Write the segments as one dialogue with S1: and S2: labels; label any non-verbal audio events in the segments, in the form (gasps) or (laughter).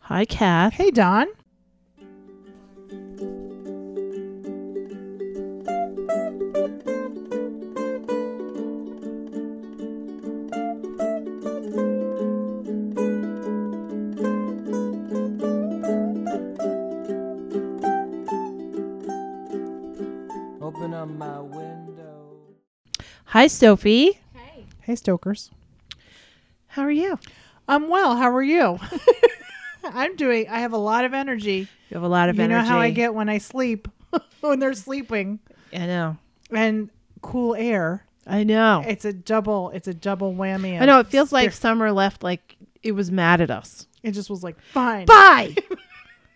S1: Hi, Kath.
S2: Hey, Don.
S3: Open up my window.
S1: Hi, Sophie.
S2: Hey, Stokers.
S1: How are you?
S2: I'm well. How are you? (laughs) I'm doing. I have a lot of energy.
S1: You have a lot of
S2: you
S1: energy.
S2: know how I get when I sleep, (laughs) when they're sleeping,
S1: I know.
S2: and cool air.
S1: I know.
S2: It's a double. It's a double whammy. of
S1: I know. It feels like
S2: spirit.
S1: summer left like it was mad at
S2: (laughs)
S1: us.
S2: it just was like fine.
S1: Bye.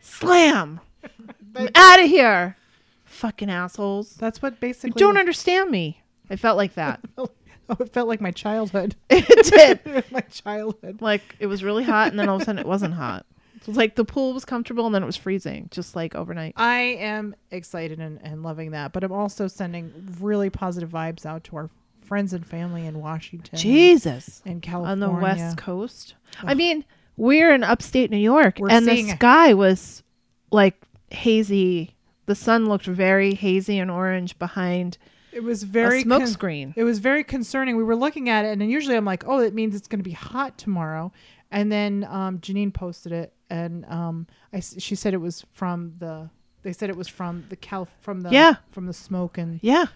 S1: Slam. (laughs) I'm out of here. Fucking assholes.
S2: That's what
S1: You
S2: basically.
S1: don't understand me. I felt like that. (laughs)
S2: Oh, it felt like (laughs) my childhood. (laughs)
S1: it did.
S2: my childhood.
S1: Like it was really hot, and then all of a sudden it wasn't hot. It was like the pool was comfortable, and then it was freezing, just like
S2: (laughs)
S1: overnight.
S2: I am excited and, and loving that, but I'm also sending really positive vibes out to our friends and family in Washington
S1: Jesus.
S2: and California.
S1: On the west coast. I mean, we're in upstate New York,
S2: We're
S1: and the
S2: seeing-
S1: sky was like hazy. The sun looked very hazy and orange behind
S2: It was very
S1: a smoke
S2: con-
S1: screen.
S2: It was very concerning. We were looking at it, and then usually I'm like, "Oh, that means it's going to be hot tomorrow." And then um, Janine posted it, and um, I s- she said it was from the. They said it was from the cal from the
S1: Yeah.
S2: from the smoke and
S1: Yeah.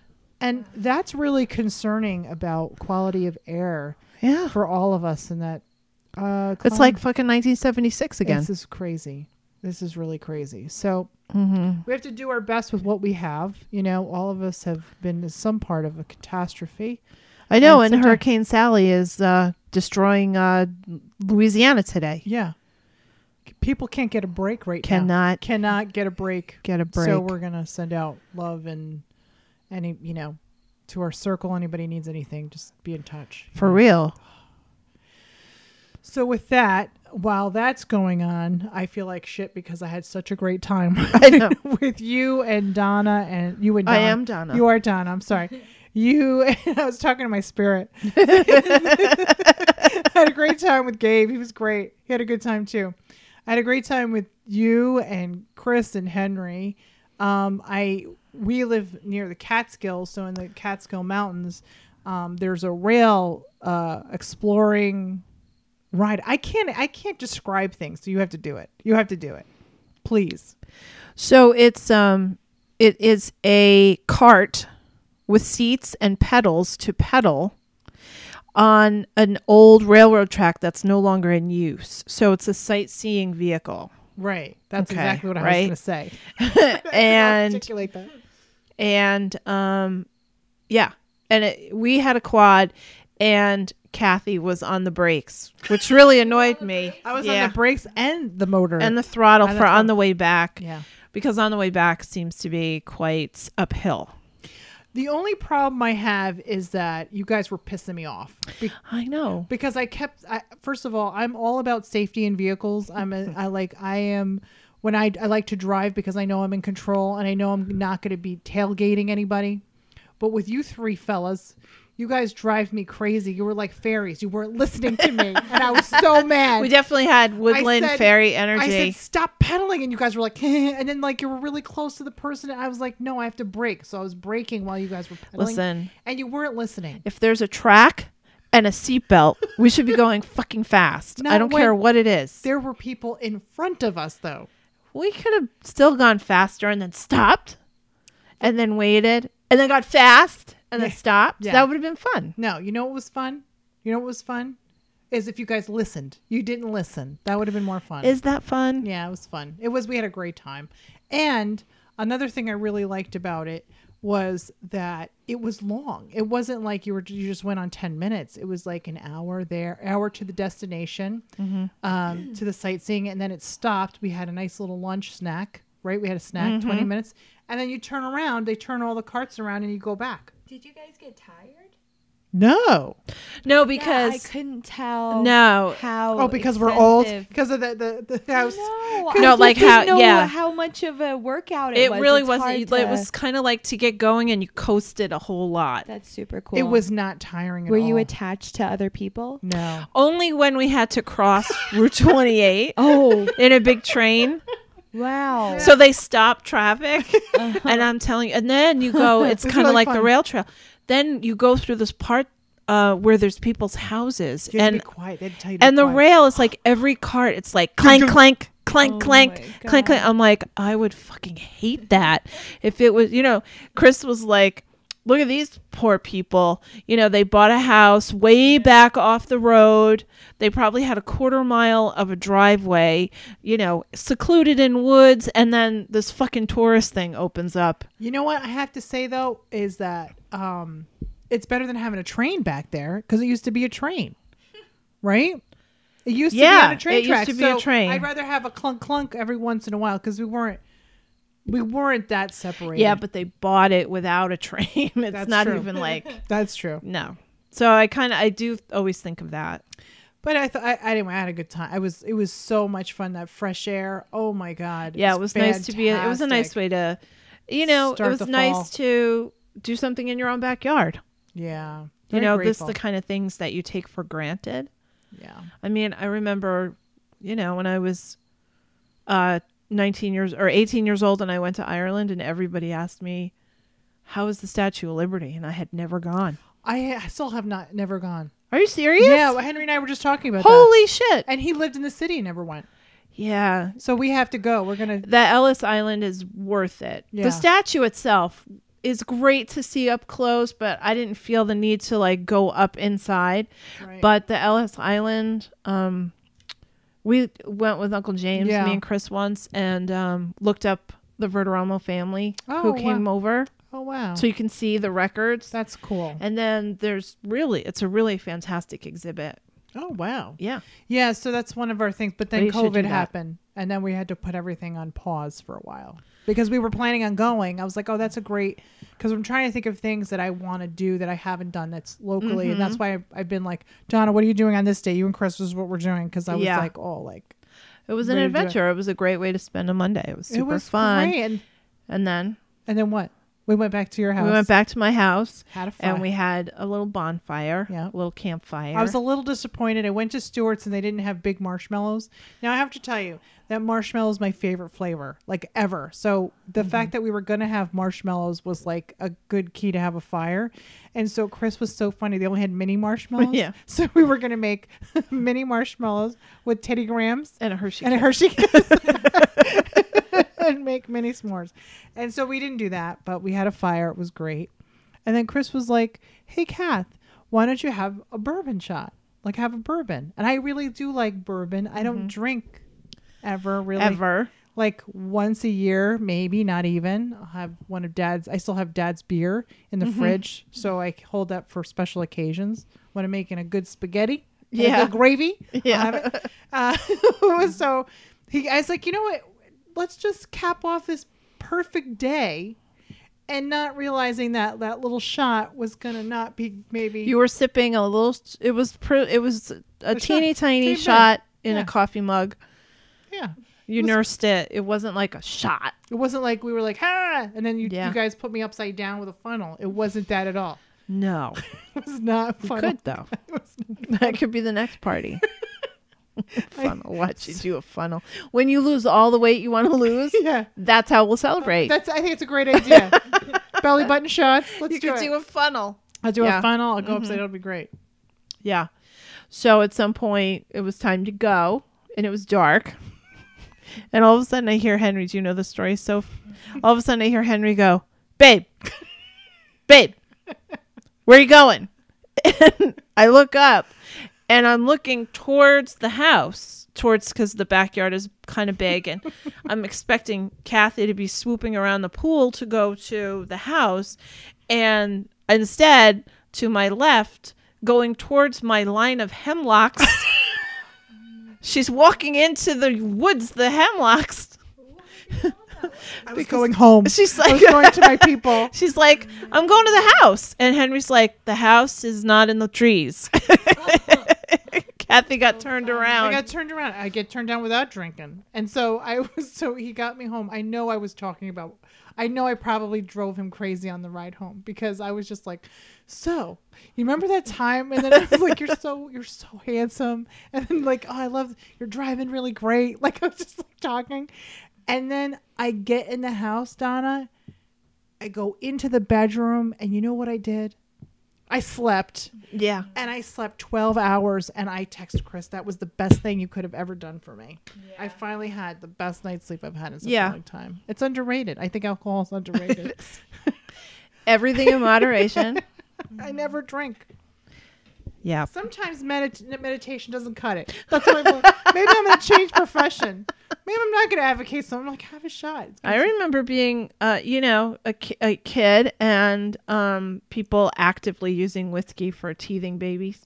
S2: and that's really concerning about quality of air
S1: Yeah.
S2: for all of us in that. Uh,
S1: It's
S2: climate.
S1: like fucking 1976 again.
S2: This is crazy. This is really crazy. So we have to do our best with what we have. You know, all of us have been to some part of a catastrophe.
S1: I know,
S2: and
S1: and,
S2: sometimes-
S1: Hurricane Sally is uh, destroying uh, Louisiana today.
S2: Yeah. C- People can't get a break right now.
S1: Cannot
S2: Cannot get a break.
S1: get a break.
S2: So we're going to send out love and any, you know, to our circle. Anybody needs anything, just be in touch.
S1: For real.
S2: So with that, while that's going on, I feel like shit because I had such a great time (laughs)
S1: I know.
S2: with you and Donna and you and Don.
S1: I am Donna.
S2: You are Donna. I'm
S1: (laughs)
S2: sorry. You (laughs) I was talking to my spirit. I had a great time with Gabe. He was great. He had a good time too. I had a great time with you and Chris and Henry. Um, I we live near the Catskills, so in the Catskill Mountains, um, there's a rail uh, exploring ride. I can't I can't describe things, so you have to do it. You have to do it, please.
S1: So it's um it is a cart with seats and pedals to pedal on an old railroad track that's no longer in use. So it's a sightseeing
S2: (laughs)
S1: vehicle.
S2: Right. That's
S1: Okay,
S2: exactly what I
S1: right?
S2: was going to say.
S1: and
S2: articulate that.
S1: and um yeah and it, we had a quad and kathy was on the brakes which really annoyed me
S2: (laughs) I was
S1: Yeah.
S2: on the brakes and the motor.
S1: and the throttle
S2: On the
S1: for on
S2: throttle.
S1: the way back
S2: yeah.
S1: because on the way back seems to be quite uphill
S2: The only problem I have is that you guys were pissing me off be-
S1: i know
S2: because I kept. I, first of all, I'm all about safety in vehicles. I'm a, I like I am when I I like to drive because I know I'm in control and I know I'm not going to be tailgating anybody. But with you three fellas. You guys drive me crazy. You were like fairies. You weren't listening to me, and I was so mad.
S1: (laughs) we definitely had woodland
S2: said-
S1: fairy
S2: I
S1: energy
S2: said, stop pedaling. And you guys were like, (laughs) and then like you were really close to the person. And I was like, no, I have to brake. So I was braking while you guys were pedaling.
S1: listen
S2: And you weren't listening.
S1: if there's a track and a seatbelt we should
S2: (laughs)
S1: be going fucking fast i
S2: Not
S1: don't
S2: when-
S1: care what it is
S2: There were people in front of us, though.
S1: we could have still gone faster and then stopped and then waited and then got fast and then
S2: Yeah.
S1: stopped.
S2: Yeah.
S1: That would have been fun.
S2: No, you know what was fun? You know what was fun? Is if you guys listened. You didn't listen. That would have been more fun.
S1: Is that fun?
S2: Yeah, it was fun. It was we had a great time. And another thing I really liked about it was that it was long. It wasn't like you were you just went on 10 minutes. It was like an hour there, hour to the destination, um, (clears throat) to the sightseeing and then it stopped. We had a nice little lunch snack, right? We had a snack 20 minutes. And then you turn around, they turn all the carts around and you go back.
S4: Did you guys get tired?
S2: No.
S1: No,
S4: Yeah, I
S1: because
S4: couldn't tell.
S1: no,
S4: How?
S2: Oh, because we're old.
S4: expensive-
S2: Because of the the, the house.
S4: No,
S1: No,
S4: I just
S1: like
S4: didn't
S1: how-
S4: know
S1: yeah.
S4: how much of a workout it,
S1: it
S4: was.
S1: really
S4: It's
S1: wasn't.
S4: hard
S1: It
S4: to-
S1: was kind of like to get going, and you coasted a whole lot.
S4: That's super cool.
S2: It was not tiring. At
S4: Were you
S2: all.
S4: attached to other people?
S2: No.
S1: Only when we had to
S2: (laughs)
S1: cross Route 28
S4: (laughs) Oh
S1: in a big train.
S4: wow!
S1: So they stop
S2: (laughs)
S1: traffic, and I'm telling you, and then you go. It's
S2: It's
S1: kind of
S2: Uh-huh. really
S1: like the
S2: fun.
S1: rail trail. Then you go through this part uh, where there's people's houses,
S2: You had to
S1: and
S2: be quiet. They had to tell you to be
S1: and the
S2: quiet.
S1: rail is like every cart. It's like clank,
S2: Dun-dun.
S1: clank, clank,
S4: Oh
S1: clank,
S4: my
S1: clank, clank.
S4: God.
S1: I'm like, I would fucking hate that if it was. You know, Chris was like. Look at these poor people. You know, they bought a house way back off the road. They probably had a quarter mile of a driveway, you know, secluded in woods. And then this fucking tourist thing opens up.
S2: You know what I have to say though is that um, it's better than having a train back there because it used to be a train, right? It used
S1: Yeah,
S2: to be on a train
S1: it used
S2: track.
S1: to be a
S2: so
S1: train.
S2: I'd rather have a clunk clunk every once in a while because we weren't we weren't that separated.
S1: Yeah, but they bought it without a train. (laughs) It's
S2: That's
S1: not
S2: true.
S1: even
S2: (laughs)
S1: like,
S2: that's true.
S1: no. So I kind of, I do always think of that.
S2: But I thought I, I anyway, I had a good time. I was it was so much fun that fresh air. Oh my god!
S1: yeah it was nice to be it was a nice
S2: fantastic.
S1: way to you know
S2: Start
S1: it
S2: the
S1: was nice
S2: fall.
S1: to do something in your own backyard
S2: Yeah,
S1: you
S2: Very
S1: know
S2: grateful.
S1: this is the kind of things that you take for granted
S2: yeah.
S1: i mean i remember you know when i was uh 19 years or 18 years old and i went to ireland and everybody asked me how is the statue of liberty and i had never gone
S2: I, I still have not never gone.
S1: are you serious
S2: Yeah, well, Henry and I were just talking about that.
S1: holy shit
S2: And he lived in the city and never went.
S1: yeah
S2: So we have to go. We're gonna.
S1: that Ellis Island is worth it.
S2: Yeah.
S1: The statue itself is great to see up close, but I didn't feel the need to like go up inside.
S2: Right.
S1: But the Ellis Island, um, we went with Uncle James,
S2: Yeah.
S1: me and Chris once, and um, looked up the Verderamo family
S2: Oh,
S1: who
S2: wow.
S1: came over,
S2: Oh wow,
S1: so you can see the records.
S2: that's cool.
S1: And then there's really, it's a really fantastic exhibit.
S2: Oh wow,
S1: Yeah.
S2: yeah. So that's one of our things. But then
S1: We should do
S2: COVID
S1: that.
S2: happened, and then we had to put everything on pause for a while because we were planning on going. I was like, oh, that's a great. Because I'm trying to think of things that I want to do that I haven't done that's locally, and that's
S1: Mm-hmm.
S2: why I've, I've been like, Donna, what are you doing on this day? You and Chris was what we're doing because I was
S1: Yeah.
S2: like, oh, like
S1: It was an
S2: Way to do it.
S1: adventure. It. was a great way to spend a Monday. It was super
S2: it was
S1: fun.
S2: great. And,
S1: And then
S2: and then what? We went back to your house.
S1: we went back to my house.
S2: Had a fun.
S1: and we had a little bonfire,
S2: Yeah.
S1: a little campfire.
S2: I was a little disappointed. I went to Stewart's and they didn't have big marshmallows. Now I have to tell you that marshmallow is my favorite flavor, like ever. So the
S1: Mm-hmm.
S2: fact that we were gonna have marshmallows was like a good key to have a fire. And so Chris was so funny. They only had mini marshmallows.
S1: (laughs) Yeah.
S2: So we were gonna make (laughs) mini marshmallows with Teddy Grahams
S1: and a Hershey.
S2: (laughs) and a
S1: kiss.
S2: Hershey kiss. (laughs) and make mini s'mores. And so we didn't do that, but we had a fire. It was great. And then Chris was like, Hey Kath, why don't you have a bourbon shot? Like have a bourbon. And I really do like bourbon. I don't drink ever really
S1: ever.
S2: like once a year, maybe not even. I'll have one of dad's. I still have dad's beer in the
S1: Mm-hmm.
S2: fridge, so I hold that for special occasions when I'm making a good spaghetti, and a
S1: Yeah.
S2: good
S1: (laughs)
S2: gravy.
S1: Yeah.
S2: I'll have it. Uh, (laughs) so he, I was like, you know what? Let's just cap off this perfect day, and not realizing that that little shot was gonna not be maybe
S1: You were sipping a little. It was pr- It was a, teeny
S2: shot.
S1: tiny
S2: Teeny bit.
S1: shot in
S2: Yeah.
S1: a coffee mug.
S2: yeah.
S1: You
S2: It was-
S1: nursed it. It wasn't like a shot.
S2: It wasn't like we were like ha, and then you,
S1: Yeah.
S2: you guys put me upside down with a funnel. It wasn't that at all. (laughs)
S1: (laughs) No,
S2: It was not
S1: you
S2: funnel.
S1: could though.
S2: It was
S1: (laughs) That could be the next
S2: (laughs)
S1: party. (laughs) funnel. Watch you do a funnel. When you lose all the weight you want to lose,
S2: (laughs) Yeah.
S1: that's how we'll celebrate.
S2: That's I think it's a
S1: (laughs)
S2: great idea. Belly button shots. Let's
S1: you
S2: do
S1: could
S2: it.
S1: do a funnel.
S2: I'll do
S1: yeah. Mm-hmm.
S2: a funnel. I'll go upside. It'll be great.
S1: Yeah. So at some point, it was time to go, and it was dark. (laughs) and all of a sudden, I hear Henry. Do you know the story? So all of a sudden, I hear Henry go, "Babe, babe, where you going?" And I look up, and I'm looking towards the house, towards because the backyard is kind of big, and I'm expecting Kathy to be swooping around the pool to go to the house, and instead, to my left, going towards my line of hemlocks, she's walking into the woods, the hemlocks.
S2: I was going home.
S1: She's
S2: I
S1: like,
S2: was going
S1: (laughs)
S2: to my people.
S1: she's like, I'm going to the house, and Henry's like, the house is not in the trees. (laughs) Kathy got turned
S2: Oh, I
S1: around.
S2: got turned around. I get turned down without drinking, and so I (laughs) was. So he got me home. I know I was talking about. I know I probably drove him crazy on the ride home because I was just like, "So you remember that time?" And then I was like, "You're so (laughs) you're so handsome," and then like, "Oh, I love you're driving really great." (laughs) Like I was just like talking, and then I get in the house, Donna. I go into the bedroom, and you know what I did? I slept
S1: yeah,
S2: and I slept 12 hours and I texted Chris that was the best thing you could have ever done for me. I finally had the best night's sleep I've had in such
S1: Yeah.
S2: a long time. It's underrated. I think alcohol
S1: (laughs)
S2: is underrated.
S1: everything in moderation.
S2: I never drink.
S1: (laughs) yeah,
S2: Sometimes medit- meditation doesn't
S1: (laughs)
S2: cut it. That's what I'm like. Maybe I'm going to change profession. Maybe I'm not going to advocate something like have a shot. It's
S1: I remember being, uh, you know, a, ki- a kid and um, people actively using whiskey for teething babies.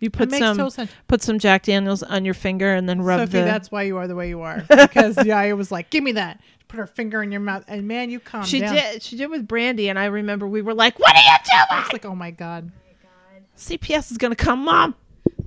S1: You
S2: it
S1: put
S2: makes
S1: some
S2: total sense.
S1: put some Jack Daniels on your finger and then rub
S2: Sophie,
S1: the.
S2: that's why you are the way
S1: (laughs)
S2: you are. Because yeah, I was like, give me that. Put her finger in your mouth. And man, you calm
S1: she
S2: down.
S1: did. She did with brandy, and I remember we were like, "What are you
S2: I
S1: doing?
S2: was like, oh my God.
S1: CPS is gonna come, Mom."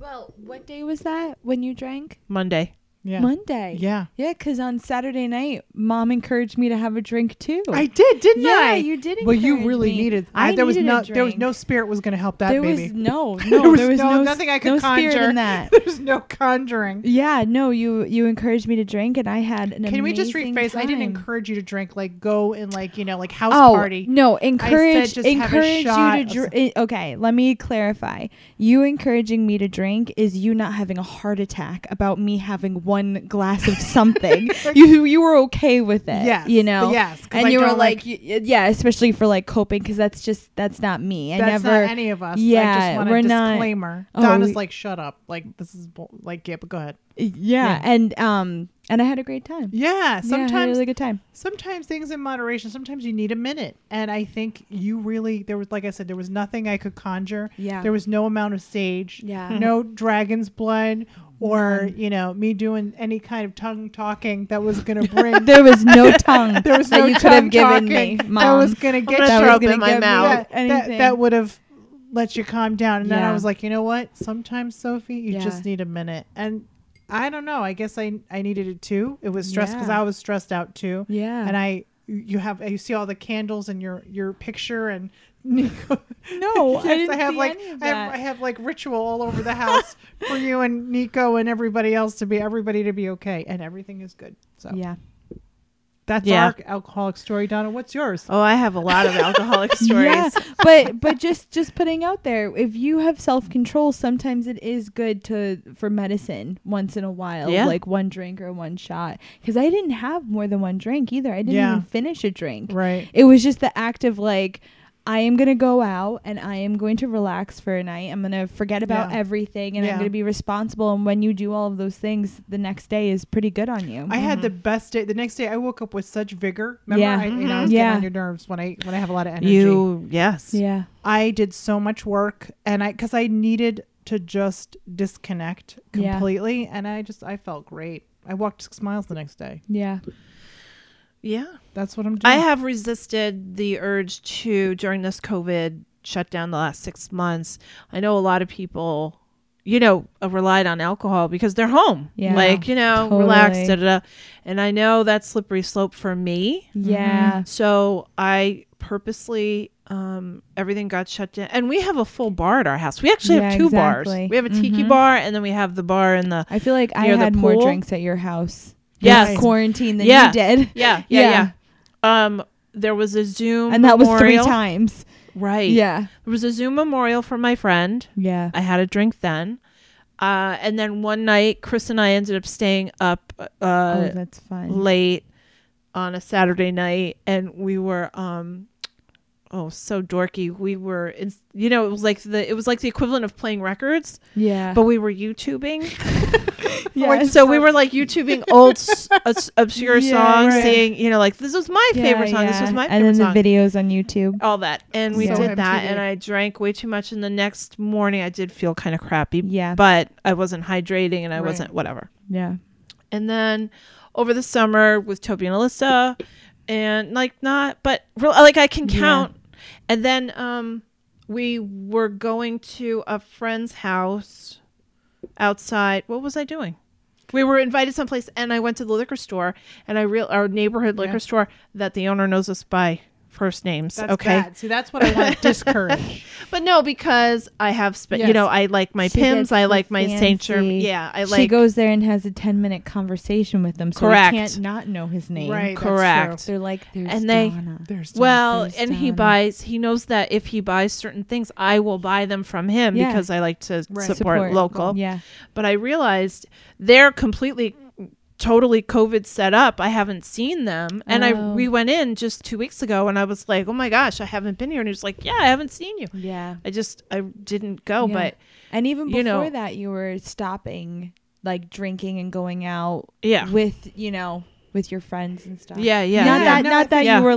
S4: Well, what day was that when you drank?
S1: Monday.
S2: Yeah.
S4: Monday.
S2: Yeah.
S4: Yeah, because on Saturday night, mom encouraged me to have a drink too.
S2: I did, didn't
S4: yeah,
S2: I?
S4: you did.
S2: Well, you
S4: encourage
S2: really
S4: me.
S2: needed.
S4: I
S2: there was
S4: needed a
S2: no. There was
S4: drink.
S2: no spirit was going to help that
S4: There
S2: baby. (laughs)
S4: was no, no,
S2: There was
S4: there was,
S2: no-
S4: no,
S2: nothing I could
S4: no spirit
S2: conjure. (laughs)
S4: in that.
S2: There's no conjuring.
S4: Yeah, no, you you encouraged me to drink, and I had an.
S2: Can we just
S4: amazing
S2: rephrase? I didn't
S4: time.
S2: encourage you to drink. Like go and like you know like house
S4: oh,
S2: party.
S4: No, encourage
S2: just have a
S4: encourage
S2: shot
S4: you
S2: of
S4: to drink. Okay, let me clarify. You encouraging me to drink is you not having a heart attack about me having one glass of something.
S2: (laughs)
S4: you you were okay with it.
S2: Yes,
S4: you know.
S2: Yes, 'cause
S4: And
S2: I
S4: you were
S2: don't
S4: like, y y- yeah, especially for like coping, because that's just that's not me. I
S2: that's
S4: never.
S2: not any of us. I just
S4: yeah,
S2: want
S4: we're
S2: a
S4: not-
S2: disclaimer.
S4: Oh,
S2: Donna's
S4: we-
S2: like, shut up. Like this is bull- like yeah, but go ahead.
S4: yeah, and um, and I had a great time.
S2: Yeah.
S4: Yeah, I had
S2: Sometimes
S4: a really good time.
S2: sometimes things in moderation. Sometimes you need a minute. And I think you really there was like I said there was nothing I could conjure.
S4: Yeah.
S2: There was no amount of sage.
S4: Yeah.
S2: No dragon's blood or you know me doing any kind of tongue talking that was
S4: (laughs)
S2: gonna bring.
S4: There
S2: (laughs)
S4: was no tongue
S2: there was
S4: that
S2: no
S4: you could
S2: tongue
S4: have given
S2: talking
S4: me,
S2: that
S4: mom.
S2: was gonna get
S1: gonna
S2: you.
S1: throw
S4: was
S1: up in
S4: gonna
S1: my
S4: give me
S1: mouth.
S2: That, that,
S4: anything.
S2: that would have let you calm down. And then I
S4: Yeah.
S2: was like, you know what? Sometimes Sophie, you
S4: Yeah.
S2: just need a minute. And I don't know. I guess I I needed it too. It was stress because
S4: Yeah.
S2: I was stressed out too.
S4: yeah.
S2: And I you have you see all the candles in your your picture
S4: (laughs)
S2: and (laughs) Nico.
S4: No, I didn't
S2: have
S4: see
S2: like
S4: any of
S2: I have
S4: that.
S2: I have like ritual all over the
S4: (laughs)
S2: house for you and Nico and everybody else to be everybody to be okay and everything is good. So
S4: yeah.
S2: that's
S1: Yeah.
S2: our alcoholic story, Donna. What's yours?
S1: Oh, I have a lot of
S4: (laughs)
S1: alcoholic stories.
S4: Yeah,
S2: (laughs)
S4: but but just just putting out there, if you have self control, sometimes it is good to for medicine once in a while,
S1: Yeah.
S4: like one drink or one shot. Because I didn't have more than one drink either. I didn't
S2: Yeah.
S4: even finish a drink.
S2: Right.
S4: It was just the act of like. I am going to go out and I am going to relax for a night. I'm going to forget about
S2: Yeah.
S4: everything and
S2: Yeah.
S4: I'm going to be responsible. And when you do all of those things, the next day is pretty good on you.
S2: I had the best day. The next day, I woke up with such vigor. Remember,
S4: mm-hmm. Yeah. Mm-hmm.
S2: I, you know, I was getting
S4: Yeah.
S2: on your nerves when I when I have a lot of energy.
S1: you yes.
S4: yeah.
S2: I did so much work, and I because I needed to just disconnect
S4: Yeah.
S2: completely, and I just I felt great. I walked six miles the next day.
S4: Yeah.
S1: Yeah.
S2: That's what I'm doing.
S1: I have resisted the urge to during this COVID shutdown the last six months. I know a lot of people, you know, uh, relied on alcohol because they're home,
S4: Yeah.
S1: like you know, relaxed, da,
S4: Totally.
S1: da, da. and I know that's slippery slope for me.
S2: Mm-hmm.
S4: Yeah.
S1: So I purposely um, everything got shut down, and we have a full bar at our house. We actually have
S4: Yeah,
S1: two
S4: exactly. Mm-hmm.
S1: bars. We have a tiki bar, and then we have the bar in the
S4: I feel like I
S1: Near the
S4: had more
S1: pool?
S4: drinks at your house.
S1: Yes.
S4: this quarantine than
S1: Yeah. (laughs)
S4: you did.
S1: yeah, yeah, yeah. Um, there was a Zoom,
S4: And that was three
S1: memorial.
S4: times.
S1: right?
S4: Yeah.
S1: There was a Zoom memorial for my friend.
S4: Yeah.
S1: I had a drink then. Uh, and then one night, Chris and I ended up staying up
S4: oh,
S1: uh,
S4: that's fun.
S1: late on a Saturday night, and we were um, oh so dorky. We were, in, you know, it was like the it was like the equivalent of playing records,
S4: Yeah.
S1: but we were YouTubing.
S4: yeah.
S1: so we were like YouTubing old
S4: (laughs)
S1: s- obs- obscure
S4: Yeah,
S1: songs,
S4: right.
S1: saying you know, like this was my
S4: Yeah,
S1: favorite song. This
S4: yeah.
S1: was my
S4: And
S1: favorite
S4: then
S1: song
S4: the videos on YouTube.
S1: all that and we
S4: So
S1: did that
S2: MTV.
S1: and i drank way too much and the next morning i did feel kind of crappy
S4: Yeah.
S1: but i wasn't hydrating and i
S2: Right.
S1: wasn't whatever
S4: Yeah.
S1: and then over the summer with Toby and Alyssa, and like not, but real like I can count. And then um, we were going to a friend's house outside. What was I doing? We were invited someplace, and I went to the liquor store, and I real our neighborhood liquor store that the owner knows us by first names.
S2: That's
S1: okay,
S2: bad. See, that's what I
S1: (laughs)
S2: want to discourage.
S1: but no, because I have spe- you
S2: Yes.
S1: know I like my
S4: She
S1: Pims,
S4: gets
S1: I
S4: the
S1: like my Saint Germain.
S4: fancy-
S1: Yeah, I
S4: she
S1: like
S4: goes there and has a 10 minute conversation with them so
S1: Correct.
S4: they can't not know his name
S2: right. that's
S1: Correct.
S4: they're like There's
S1: And they-
S4: Donna."
S2: true. There's
S1: Well,
S4: There's
S1: and he
S4: Donna.
S1: buys. He knows that if he buys certain things, I will buy them from him
S4: Yeah.
S1: because I like to
S2: Right.
S1: support,
S4: Support
S1: local.
S4: yeah
S1: But I realized they're completely, totally COVID set up. I haven't seen them, and I
S4: Oh.
S1: we went in just two weeks ago, and I was like, oh my gosh, I haven't been here. And he was like, yeah, I haven't seen you.
S4: yeah
S1: I just I didn't go,
S4: Yeah.
S1: but
S4: and even before
S1: you know-
S4: that you were stopping like drinking and going out
S1: yeah,
S4: with you know with your friends and stuff
S1: yeah, yeah. yeah.
S4: not that
S2: No, I
S4: not that
S1: think-
S4: you were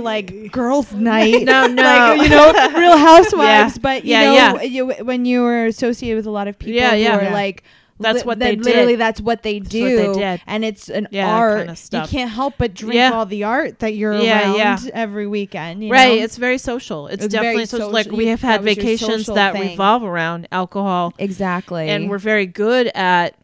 S1: (laughs)
S4: like girls night
S1: no, no,
S4: (laughs) like you know real
S1: (laughs) Yeah.
S4: housewives but you
S1: Yeah,
S4: know
S1: yeah.
S4: you, when you were associated with a lot of people
S1: Yeah, yeah.
S4: who are
S1: Yeah.
S4: like
S1: That's
S4: li-
S1: what
S4: that
S1: they did.
S4: literally that's what they do
S1: what they did.
S4: and it's an
S1: Yeah, that
S4: art
S1: kinda stuff.
S4: you can't help but drink
S1: Yeah.
S4: all the art that you're
S1: Yeah,
S4: around
S1: yeah.
S4: every weekend you
S1: right.
S4: know?
S1: It's very social. It's,
S4: It's very
S1: definitely social.
S4: social.
S1: Like we
S4: You-
S1: have had
S4: that was your
S1: vacations
S4: social
S1: that
S4: thing.
S1: revolve around alcohol.
S4: exactly
S1: and we're very good at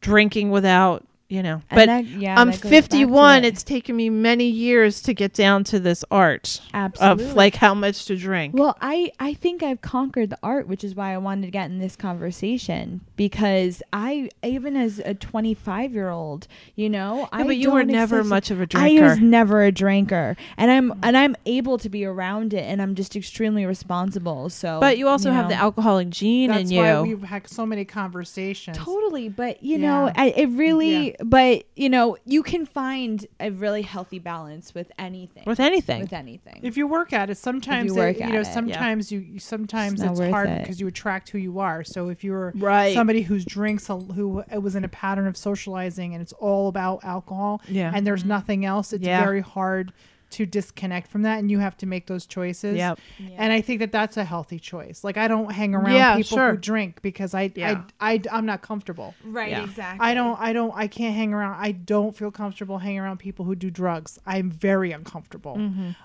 S1: drinking without you know
S4: And
S1: but
S4: that- yeah,
S1: i'm
S4: that goes back to
S1: 51
S4: it.
S1: it's taken me many years to get down to this art
S4: absolutely
S1: of like how much to drink
S4: Well, I I think I've conquered the art, which is why I wanted to get in this conversation because I even as a 25 year old, you know, I
S1: No, but you were
S4: don't
S1: never
S4: accessi-
S1: much of a
S4: I was
S1: drinker.
S4: never a drinker, and I'm and I'm able to be around it, and I'm just extremely responsible. So,
S1: but you also have
S4: know.
S1: the alcoholic gene
S2: That's
S1: in
S2: why
S1: you
S2: we've had so many conversations.
S4: Totally, but you
S2: Yeah.
S4: know, I, it really, but you know, you can find a really healthy balance with anything.
S1: with anything
S4: With anything.
S2: If you work at it, sometimes
S4: you
S2: you,
S4: work
S2: you
S4: at
S2: know,
S4: it, yeah.
S2: sometimes you- you sometimes
S4: not
S2: it's,
S4: worth
S2: hard
S4: it.
S2: because you attract who you are. So if you're
S1: Right.
S2: somebody who drinks a, who was in a pattern of socializing and it's all about alcohol
S1: Yeah.
S2: and there's nothing else, it's
S1: Yeah.
S2: very hard to disconnect from that and you have to make those choices.
S1: Yep.
S2: And I think that that's a healthy choice. Like I don't hang around
S1: Yeah,
S2: people
S1: sure.
S2: who drink because I,
S1: Yeah.
S2: I I I'm not comfortable.
S4: right,
S1: Yeah.
S4: exactly.
S2: I don't I don't I can't hang around I don't feel comfortable hanging around people who do drugs. I'm very uncomfortable.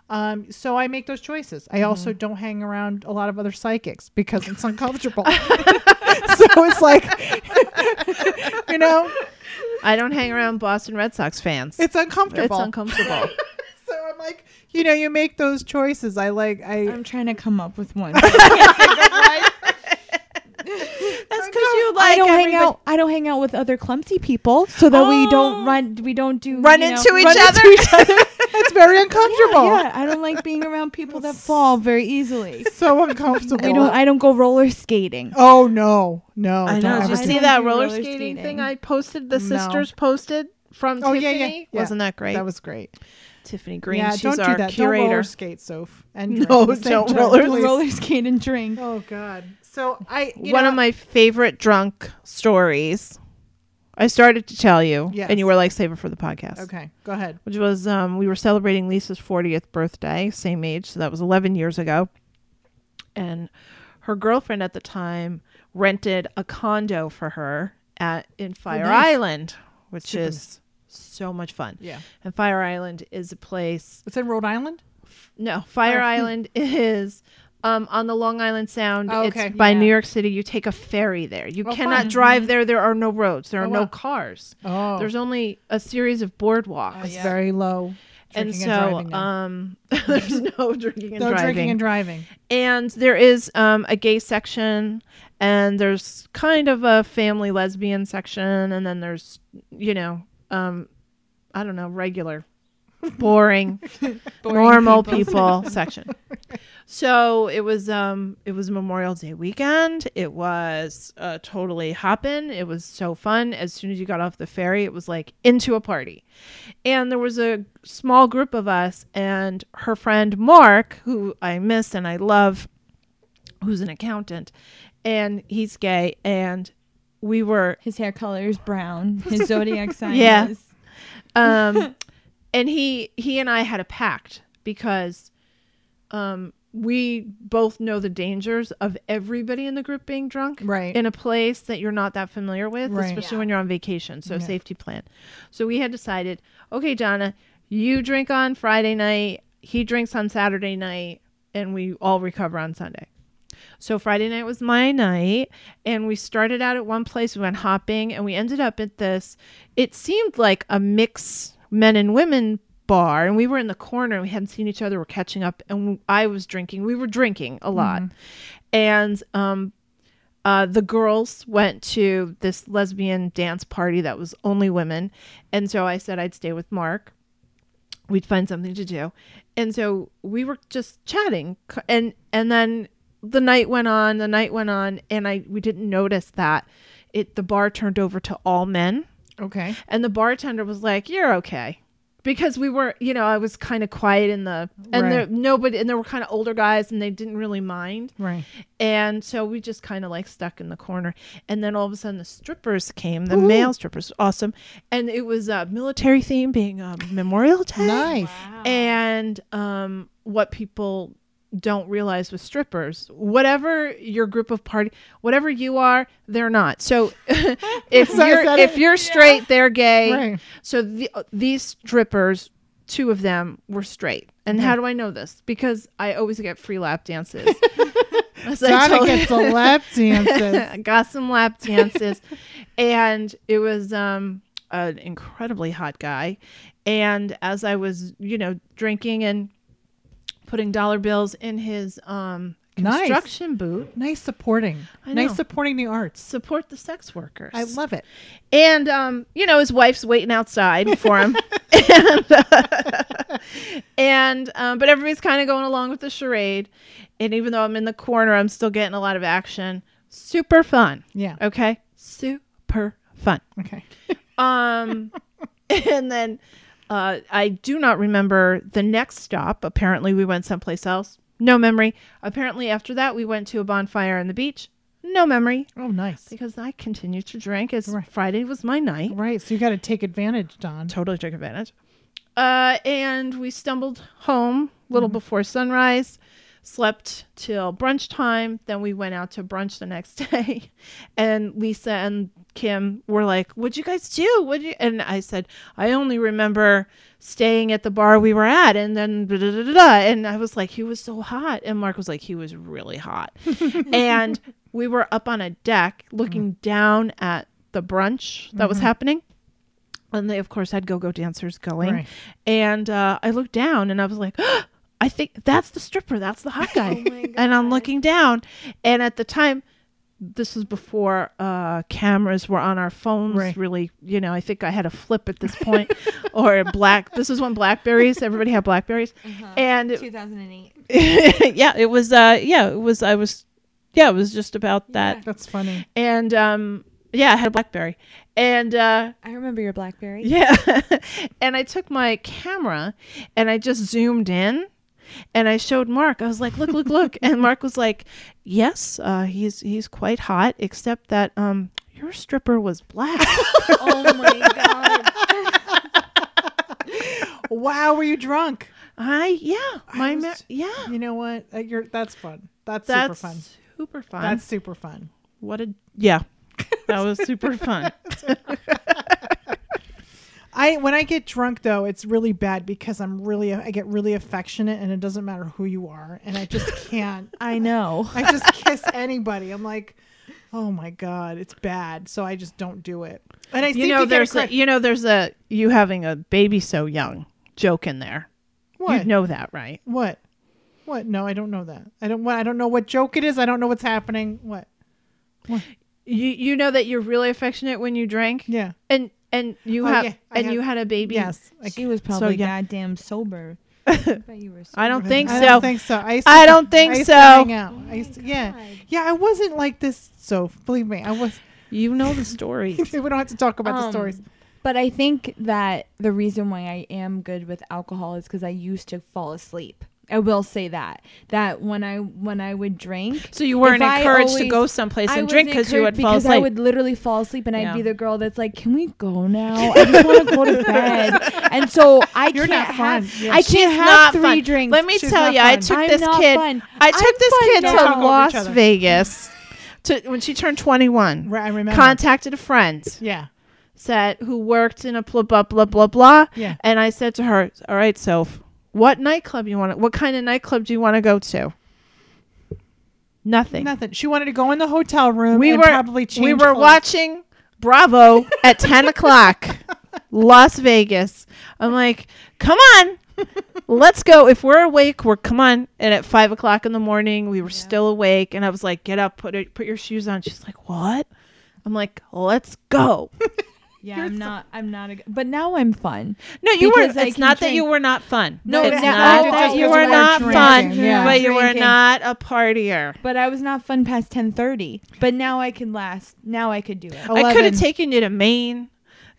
S2: Um so I make those choices. I also don't hang around a lot of other psychics because it's uncomfortable. (laughs) so it's like (laughs) you know,
S1: i don't hang around boston red sox fans
S2: it's
S1: it's
S2: uncomfortable.
S1: (laughs) uncomfortable
S2: so I'm like, you know, you make those choices. I like I
S4: I'm trying to come up with one.
S1: that's because you
S4: I
S1: like
S4: don't hang
S1: everybody-
S4: out. I don't hang out with other clumsy people, so that we
S1: Oh.
S4: don't run. We don't do
S1: run
S4: you know-
S1: into each
S4: run
S1: other
S2: it's very uncomfortable.
S4: Yeah, I don't like being around people that fall
S1: (laughs)
S4: very easily.
S2: So uncomfortable.
S4: I don't. I don't go roller skating.
S2: oh no. No.
S1: i know
S2: don't
S1: did
S2: ever
S1: you
S4: I
S2: do
S1: see
S4: don't
S1: that
S4: do
S1: roller
S4: roller
S1: skating, thing
S4: skating.
S1: i posted the
S2: No.
S1: sisters posted from
S2: Oh, yeah,
S1: tiffany
S2: yeah, yeah.
S1: wasn't that great
S2: That was great.
S1: tiffany green
S2: yeah,
S1: she's
S2: don't
S1: our
S2: do that.
S1: curator
S2: Don't roller skate, Soph. And
S1: No,
S2: drink. Say
S1: don't
S2: drink,
S1: roller
S2: please. (laughs)
S4: Roller skate and drink.
S2: Oh God. So I you
S1: one
S2: know,
S1: of my favorite drunk stories. I started to tell you,
S2: Yes.
S1: and you were like, "Save it for the podcast,"
S2: Okay, go ahead.
S1: which was um, we were celebrating Lisa's fortieth birthday, same age, so that was eleven years ago, and her girlfriend at the time rented a condo for her at in Fire
S2: Oh, nice.
S1: Island, which
S2: Super
S1: is so much fun.
S2: Yeah.
S1: And Fire Island is a place
S2: It's in Rhode Island?
S1: no, Fire
S2: Oh. (laughs)
S1: Island is um, on the Long Island Sound.
S2: Oh, okay.
S1: It's by
S4: Yeah.
S1: New York City. You take a ferry there. You
S2: Oh,
S1: cannot
S2: fun.
S1: drive there. There are no roads. There are
S2: Oh,
S1: no
S2: wow.
S1: cars.
S2: Oh.
S1: There's only a series of boardwalks.
S2: it's very low.
S1: And
S2: drinking
S1: so
S2: driving now.
S1: um, (laughs) there's no drinking and
S2: no
S1: driving.
S2: drinking and driving.
S1: and there is um, a gay section, and there's kind of a family lesbian section, and then there's, you know, um, I don't know, regular, (laughs)
S2: (laughs)
S1: boring normal people, section. So it was um it was Memorial Day weekend. It was uh, totally hoppin'. It was so fun. As soon as you got off the ferry, it was like into a party, and there was a small group of us and her friend Mark, who I miss and I love, who's an accountant, and he's gay, and we were
S4: His hair color is brown.
S1: (laughs)
S4: His zodiac sign
S1: Yeah.
S4: is
S2: (laughs)
S1: um, and he he and I had a pact because um, we both know the dangers of everybody in the group being drunk
S2: Right.
S1: in a place that you're not that familiar with,
S2: Right.
S1: especially when you're on vacation. So, safety plan. So, we had decided okay, Jonna, you drink on Friday night, he drinks on Saturday night, and we all recover on Sunday. So Friday night was my night, and we started out at one place. We went hopping, and we ended up at this. It seemed like a mix men and women bar, and we were in the corner. And we hadn't seen each other. We're catching up, and I was drinking. We were drinking a lot, and um, uh, the girls went to this lesbian dance party that was only women, and so I said I'd stay with Mark we'd find something to do and so we were just chatting c- and and then the night went on the night went on and i we didn't notice that it the bar turned over to all men
S2: Okay.
S1: (laughs) and the bartender was like you're okay because we were you know i was kind of quiet in the and
S2: Right.
S1: there nobody and there were kind of older guys and they didn't really mind
S2: Right.
S1: and so we just kind of like stuck in the corner. And then all of a sudden, the strippers came, the male strippers, awesome. And it was a military theme, being a Memorial Day. (laughs)
S2: Nice.
S1: And um, what people don't realize with strippers, whatever your group of party, whatever you are, they're not. So (laughs) if
S2: So I
S1: you're
S2: said
S1: if
S2: it.
S1: you're straight, they're gay.
S2: Right.
S1: So the, these strippers, two of them were straight. And how do I know this? Because I always get free lap dances. As I
S2: Gotta
S1: told-
S2: get
S1: (laughs)
S2: some lap dances.
S1: got some
S2: (laughs)
S1: lap dances and it was um an incredibly hot guy and as i was you know drinking and putting dollar bills in his um
S2: Nice.
S1: construction boot
S2: Nice supporting.
S1: I know.
S2: Nice supporting the arts.
S1: support the sex workers
S2: I love it.
S1: and um you know his wife's waiting outside for
S2: (laughs)
S1: him (laughs) and, uh, and um, but everybody's kind of going along with the charade and even though i'm in the corner i'm still getting a lot of action super fun
S2: Yeah.
S1: Okay. Super fun.
S2: Okay.
S1: Um and then uh I do not remember the next stop. Apparently we went someplace else. No memory. Apparently after that we went to a bonfire on the beach. No memory.
S2: Oh, nice.
S1: Because I continued to drink as
S2: Right.
S1: Friday was my night.
S2: Right. So you got to take advantage, Don.
S1: Totally took advantage. Uh and we stumbled home a little before sunrise. Slept till brunch time. Then we went out to brunch the next (laughs) day. and Lisa and Kim were like, "What'd you guys do? What?" You? And I said, "I only remember staying at the bar we were at, and then da da da da." da." And I was like, "He was so hot," and Mark was like, "He was really hot," and we were up on a deck looking down at the brunch that was happening. And they, of course, had go-go dancers going.
S2: Right.
S1: And uh, I looked down, and I was like, "Oh, "I think that's the stripper. That's the hot guy." and I'm looking down, and at the time, this was before uh, cameras were on our phones
S2: Right.
S1: really you know i think i had a flip at this point (laughs) or a black this was when blackberries everybody had blackberries
S5: Uh-huh.
S1: and it-
S5: 2008.
S1: (laughs) yeah it was uh yeah it was i was yeah it was just about that
S2: That's funny.
S1: (laughs)
S2: (laughs)
S1: and um yeah i had a blackberry and uh
S5: I remember your BlackBerry.
S1: (laughs) yeah and i took my camera and i just zoomed in and I showed Mark. I was like, "Look, look, look!" and Mark was like, "Yes, uh, he's he's quite hot, except that um, your stripper was black."
S2: (laughs)
S1: (laughs)
S5: Oh my god.
S2: Wow, were you drunk?
S1: I yeah, my
S2: was-
S1: ma- yeah,
S2: You know what? Uh, You're, that's fun. That's, super
S1: that's
S2: fun.
S1: super fun.
S2: That's super fun.
S1: what a yeah, that was super
S2: (laughs)
S1: fun.
S2: I when I get drunk though, it's really bad because I'm really I get really affectionate and it doesn't matter who you are and I just can't.
S4: I know.
S2: I just
S1: (laughs)
S2: kiss anybody. I'm like, oh my god, it's bad. So I just don't do it. And I
S1: You know, there's a, you know, there's a you having a baby so young joke in there.
S2: what
S1: You know that, right?
S2: what what? No, I don't know that. I don't. What, I don't know what joke it is. I don't know what's happening. What?
S1: You you know that you're really affectionate when you drink,
S2: Yeah.
S1: and and you
S2: Oh,
S1: have
S2: yeah, I
S1: and
S2: have-
S1: you had a baby.
S2: Yes. I,
S4: She was probably
S1: yeah. (laughs)
S4: goddamn sober.
S5: I bet you were so
S1: I don't think
S2: I
S1: so.
S2: don't think so. I, used
S1: I don't think
S2: I used
S1: so.
S2: To hang out. I used to, yeah.
S5: God.
S2: Yeah, I wasn't like this. So believe me, I was. (laughs)
S1: you know the story.
S2: we don't have to talk about the
S5: Um,
S2: stories.
S5: But I think that the reason why I am good with alcohol is because I used to fall asleep.
S4: I will say that that when I when I would drink,
S1: So you weren't
S4: If I
S1: encouraged to
S4: always-
S1: go someplace
S4: I
S1: and
S4: was
S1: drink because you
S4: encouraged
S1: would fall
S4: because I
S1: asleep.
S4: would literally fall asleep, and
S1: Yeah.
S4: I'd be the girl that's like, "Can we go now? I just want to go
S1: (laughs)
S4: to bed." And so I
S2: You're
S4: can't
S2: not fun.
S4: have
S2: Yeah.
S4: I can't have three
S1: fun.
S4: drinks.
S1: Let me
S2: She's
S1: tell
S2: not
S1: you, I
S2: fun.
S1: took
S4: I'm
S1: this
S4: not
S1: kid. (laughs)
S4: fun.
S1: I took
S4: I'm
S1: this
S4: fun.
S1: kid
S4: Don't
S2: talk
S1: to
S2: over each
S1: Las
S2: other.
S1: Vegas to, when she turned 21.
S2: Right, I remember.
S1: Contacted a friend
S2: yeah.
S1: said who worked in a blah blah blah blah blah.
S2: Yeah.
S1: And I said to her, "All right, Soph, what nightclub you want? to What kind of nightclub do you want to go to?" Nothing.
S2: Nothing. She wanted to go in the hotel room.
S1: We
S2: and
S1: were
S2: probably change
S1: we were
S2: clothes.
S1: watching Bravo at 10 o'clock, Las Vegas. I'm like, come on, let's go. If we're awake, we're come on. And at five o'clock in the morning, we were still awake, and I was like, get up, put it, put your shoes on. She's like, what? I'm like, let's go.
S4: Yeah, I'm not. I'm not. A, g- but now I'm fun.
S1: No, you were.
S4: Because I
S1: It's
S4: can
S1: not that
S4: drink.
S1: you were not fun.
S4: No,
S1: it's
S4: it's
S1: not that
S4: not just
S1: you
S4: because
S1: were
S4: we're
S1: not
S2: drinking.
S1: fun,
S2: Yeah.
S1: but you were
S4: Drinking.
S1: not a partier.
S4: But I was not fun past 10:30. But now I can last. Now I could do it.
S1: I could
S2: 11.
S1: have taken you to Maine.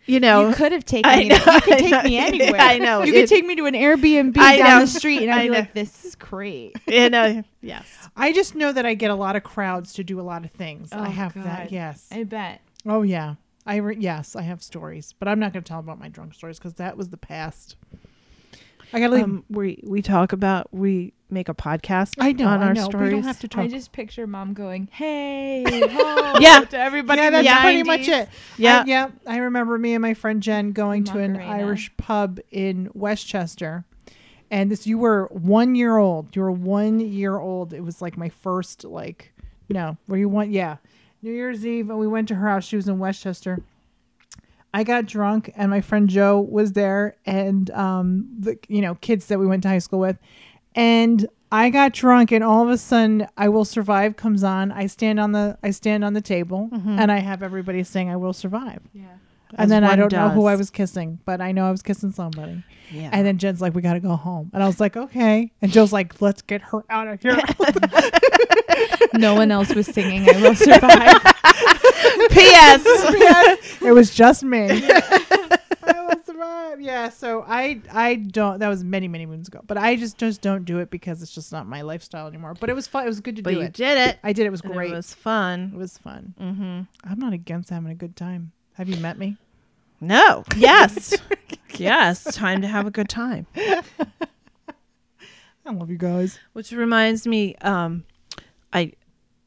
S1: You know,
S4: you could have taken
S1: I
S4: me. to- you
S1: know, (laughs)
S4: could
S1: I
S4: take
S1: know.
S4: me anywhere.
S1: I know.
S4: You could
S1: It-
S4: take me to an Airbnb
S1: I
S4: down
S1: know.
S4: the street,
S1: (laughs)
S4: and
S1: I
S4: I'd be
S1: know.
S4: like, "This is great."
S1: you know, yes.
S2: I just know that I get a lot of crowds to do a lot of things. I
S4: Oh,
S2: have that.
S4: God.
S2: Yes.
S4: I bet.
S2: oh yeah. I re- yes, I have stories, but I'm not going to tell about my drunk stories because that was the past. I got to leave.
S1: um, we we talk about we make a podcast
S2: I know.
S1: on
S2: I
S1: our
S2: know.
S1: stories.
S2: We don't have to talk.
S4: I just picture mom going,
S1: (laughs)
S4: "Hey, ho,"
S1: Yeah.
S4: to everybody.
S2: yeah,
S4: in the
S2: that's pretty
S4: 90s.
S2: much it.
S1: yeah.
S2: I, yeah. I remember me and my friend Jen going to an
S4: Macarena.
S2: Irish pub in Westchester. And this, you were one year old. You were one year old. It was like my first, like, no, where you want, yeah. New Year's Eve. And we went to her house. She was in Westchester. I got drunk, and my friend Joe was there, and um, the you know kids that we went to high school with, and I got drunk, and all of a sudden, "I Will Survive" comes on. I stand on the I stand on the table, and I have everybody saying "I Will Survive,"
S4: Yeah.
S1: As
S2: and then I
S1: one
S2: don't know who
S1: does.
S2: I was kissing, but I know I was kissing somebody.
S1: Yeah.
S2: And then Jen's like, "We got to go home," and I was like, "Okay," and Joe's like, "Let's get her out
S1: (laughs)
S2: of here." (laughs)
S4: No one else was singing. I
S1: (laughs)
S4: will survive.
S1: P.S.
S2: it was
S1: (laughs)
S2: just me. (laughs) I will survive. Yeah. So I I don't. That was many many moons ago. But I just just don't do it because it's just not my lifestyle anymore. But it was fun. It was good to
S1: but
S2: do
S1: you
S2: it.
S1: did it.
S2: I did. It was
S1: and
S2: great.
S1: It
S2: It was,
S1: was fun.
S2: fun.
S1: Mm-hmm.
S2: I'm not against having a good time. Have you met me?
S1: No. Yes. yes. Time to have a good time.
S2: I love you guys.
S1: Which reminds me, um, I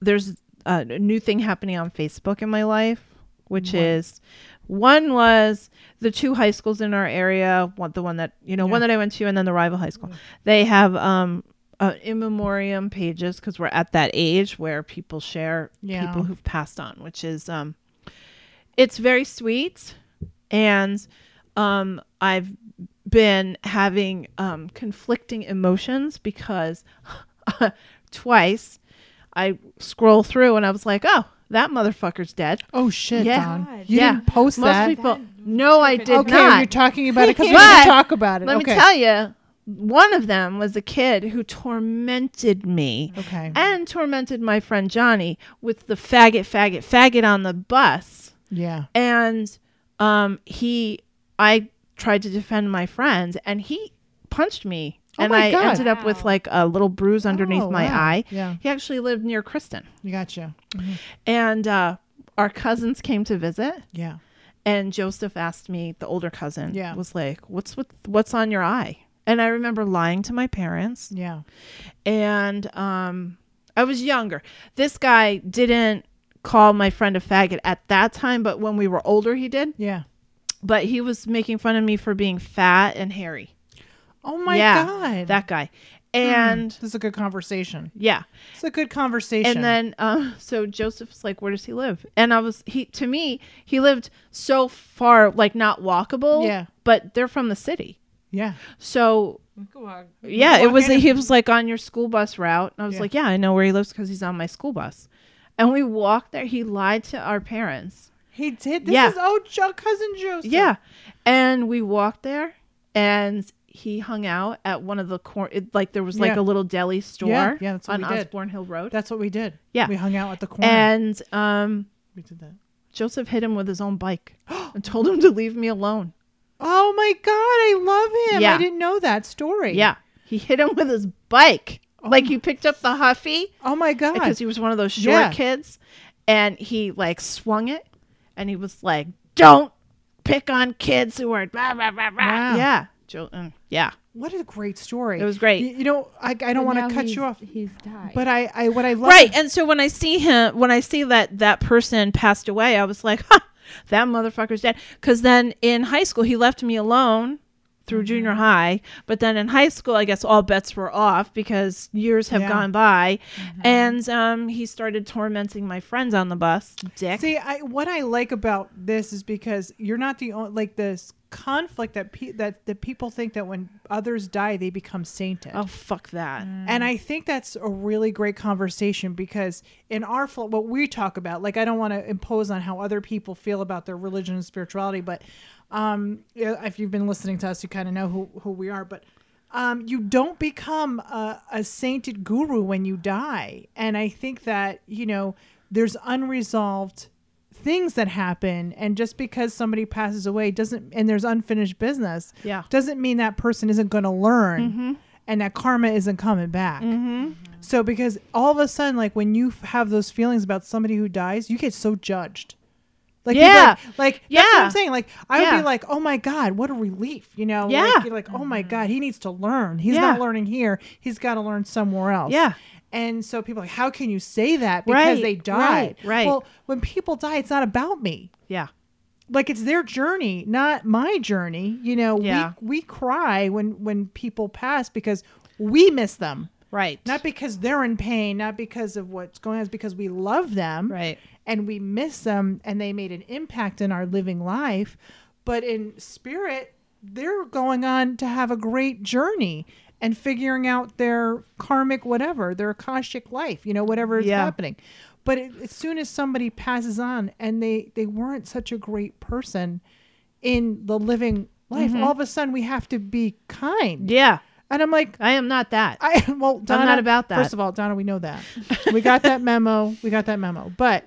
S1: there's a new thing happening on Facebook in my life, which is one was the two high schools in our area, one the one that you know, one
S2: Yeah.
S1: that I went to, and then the rival high school. They have um, uh, in memoriam pages because we're at that age where people share
S2: Yeah.
S1: people who've passed on, which is um, it's very sweet, and um, I've been having um, conflicting emotions because (laughs) twice I scroll through and I was like, oh, that motherfucker's dead.
S2: Oh shit,
S1: Yeah.
S2: Don. You
S1: Yeah.
S2: didn't post
S1: Most
S2: that.
S1: people, no, I did
S2: okay,
S1: not.
S2: you're talking about it because we
S1: (laughs) But
S2: didn't talk about it.
S1: Let
S2: okay.
S1: me tell you, one of them was a kid who tormented me
S2: Okay.
S1: and tormented my friend Johnny with the faggot, faggot, faggot on the bus
S2: Yeah.
S1: and um he i tried to defend my friend and he punched me
S2: Oh
S1: and
S2: my
S1: i
S2: God.
S1: ended up with
S5: Wow.
S1: like a little bruise underneath
S2: Oh,
S1: my
S2: wow.
S1: eye
S2: Yeah.
S1: he actually lived near kristen
S2: You gotcha.
S1: and uh our cousins came to visit
S2: Yeah.
S1: and joseph asked me the older cousin
S2: Yeah.
S1: was like what's with what's on your eye and i remember lying to my parents
S2: Yeah.
S1: and um I was younger. This guy didn't call my friend a faggot at that time, but when we were older he did.
S2: Yeah.
S1: But he was making fun of me for being fat and hairy.
S2: Oh my
S1: Yeah,
S2: god. Hmm.
S1: That guy. And
S2: this is a good conversation.
S1: yeah.
S2: It's a good conversation.
S1: And then um (laughs) so Joseph's like where does he live? And I was he to me he lived so far like not walkable.
S2: Yeah.
S1: But they're from the city.
S2: yeah,
S1: So Yeah, it
S2: walk
S1: was.
S2: in.
S1: He was like on your school bus route, and I was
S2: Yeah.
S1: like, "Yeah, I know where he lives because he's on my school bus." And we walked there. He lied to our parents.
S2: he did. This
S1: Yeah.
S2: is oh, jo- cousin Joseph.
S1: Yeah, and we walked there, and he hung out at one of the cor- it, like there was like
S2: Yeah.
S1: a little deli store
S2: Yeah, yeah, that's what
S1: on
S2: we did.
S1: Osborne Hill Road,
S2: that's what we did.
S1: Yeah.
S2: we hung out at the corner.
S1: and um,
S2: we did that.
S1: Joseph hit him with his own
S2: (gasps)
S1: bike and told him to leave me alone.
S2: Oh my god, I love him.
S1: Yeah.
S2: I didn't know that story.
S1: Yeah, he hit him with his bike. Like you picked up the Huffy
S2: Oh my Oh god!
S1: because he was one of those short
S2: Yeah.
S1: kids and he like swung it and he was like don't pick on kids who are blah, blah, blah, blah."
S2: Wow.
S1: yeah Jo- mm, yeah
S2: What a great story.
S1: It was great.
S2: Y- You, know, I, I don't want to cut you off,
S5: He's died.
S2: but I, I what I love.
S1: right and so when i see him when i see that that person passed away i was like (laughs) huh, that motherfucker's dead because then in high school he left me alone through
S2: Mm-hmm.
S1: junior high but then in high school i guess all bets were off because years have
S2: Yeah. Mm-hmm.
S1: gone by and um, he started tormenting my friends on the bus dick
S2: See, I what I like about this is because you're not the only like this conflict that pe- that the people think that when others die they become sainted.
S1: oh fuck that
S2: And I think that's a really great conversation because in our fl- what we talk about, like I don't want to impose on how other people feel about their religion and spirituality, but um, yeah, if you've been listening to us, you kind of know who who we are. But um, you don't become a, a sainted guru when you die, and I think that you know there's unresolved things that happen and just because somebody passes away doesn't and there's unfinished business
S1: Yeah. Mm-hmm.
S2: doesn't mean that person isn't going to learn and that karma isn't coming back so because all of a sudden like when you f- have those feelings about somebody who dies you get so judged like people
S1: Yeah.
S2: like, like that's what
S1: Yeah.
S2: i'm saying like i would
S1: Yeah.
S2: be like oh my god what a relief you know
S1: Yeah.
S2: like, you're like oh my god he needs to learn he's
S1: Yeah.
S2: not learning here he's got to learn somewhere else
S1: Yeah.
S2: and so people are like how can you say that because
S1: Right,
S2: they
S1: right,
S2: died
S1: right.
S2: well when people die it's not about me
S1: yeah
S2: like it's their journey not my journey you know
S1: Yeah.
S2: we, we cry when when people pass because we miss them
S1: right
S2: not because they're in pain not because of what's going on it's because we love them
S1: Right.
S2: and we miss them and they made an impact in our living life but in spirit they're going on to have a great journey and figuring out their karmic whatever their akashic life you know whatever is
S1: Yeah.
S2: happening but it, as soon as somebody passes on and they they weren't such a great person in the living life all of a sudden we have to be kind
S1: Mm-hmm. Yeah,
S2: and i'm like
S1: I am not that.
S2: I (laughs) well, Donna,
S1: not about that.
S2: First of all, Donna, we know that. we
S1: (laughs)
S2: got that memo. We got that memo. But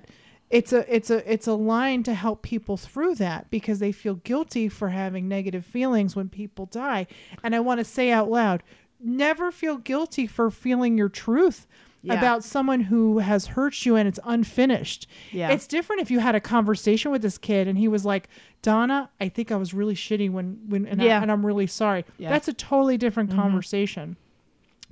S2: it's a it's a it's a line to help people through that because they feel guilty for having negative feelings when people die. And I want to say out loud, never feel guilty for feeling your truth.
S1: Yeah.
S2: About someone who has hurt you and it's unfinished.
S1: Yeah.
S2: It's different if you had a conversation with this kid and he was like, Donna, I think I was really shitty when, when and,
S1: Yeah.
S2: I, and I'm really sorry.
S1: Yeah. Mm-hmm.
S2: That's a totally different conversation.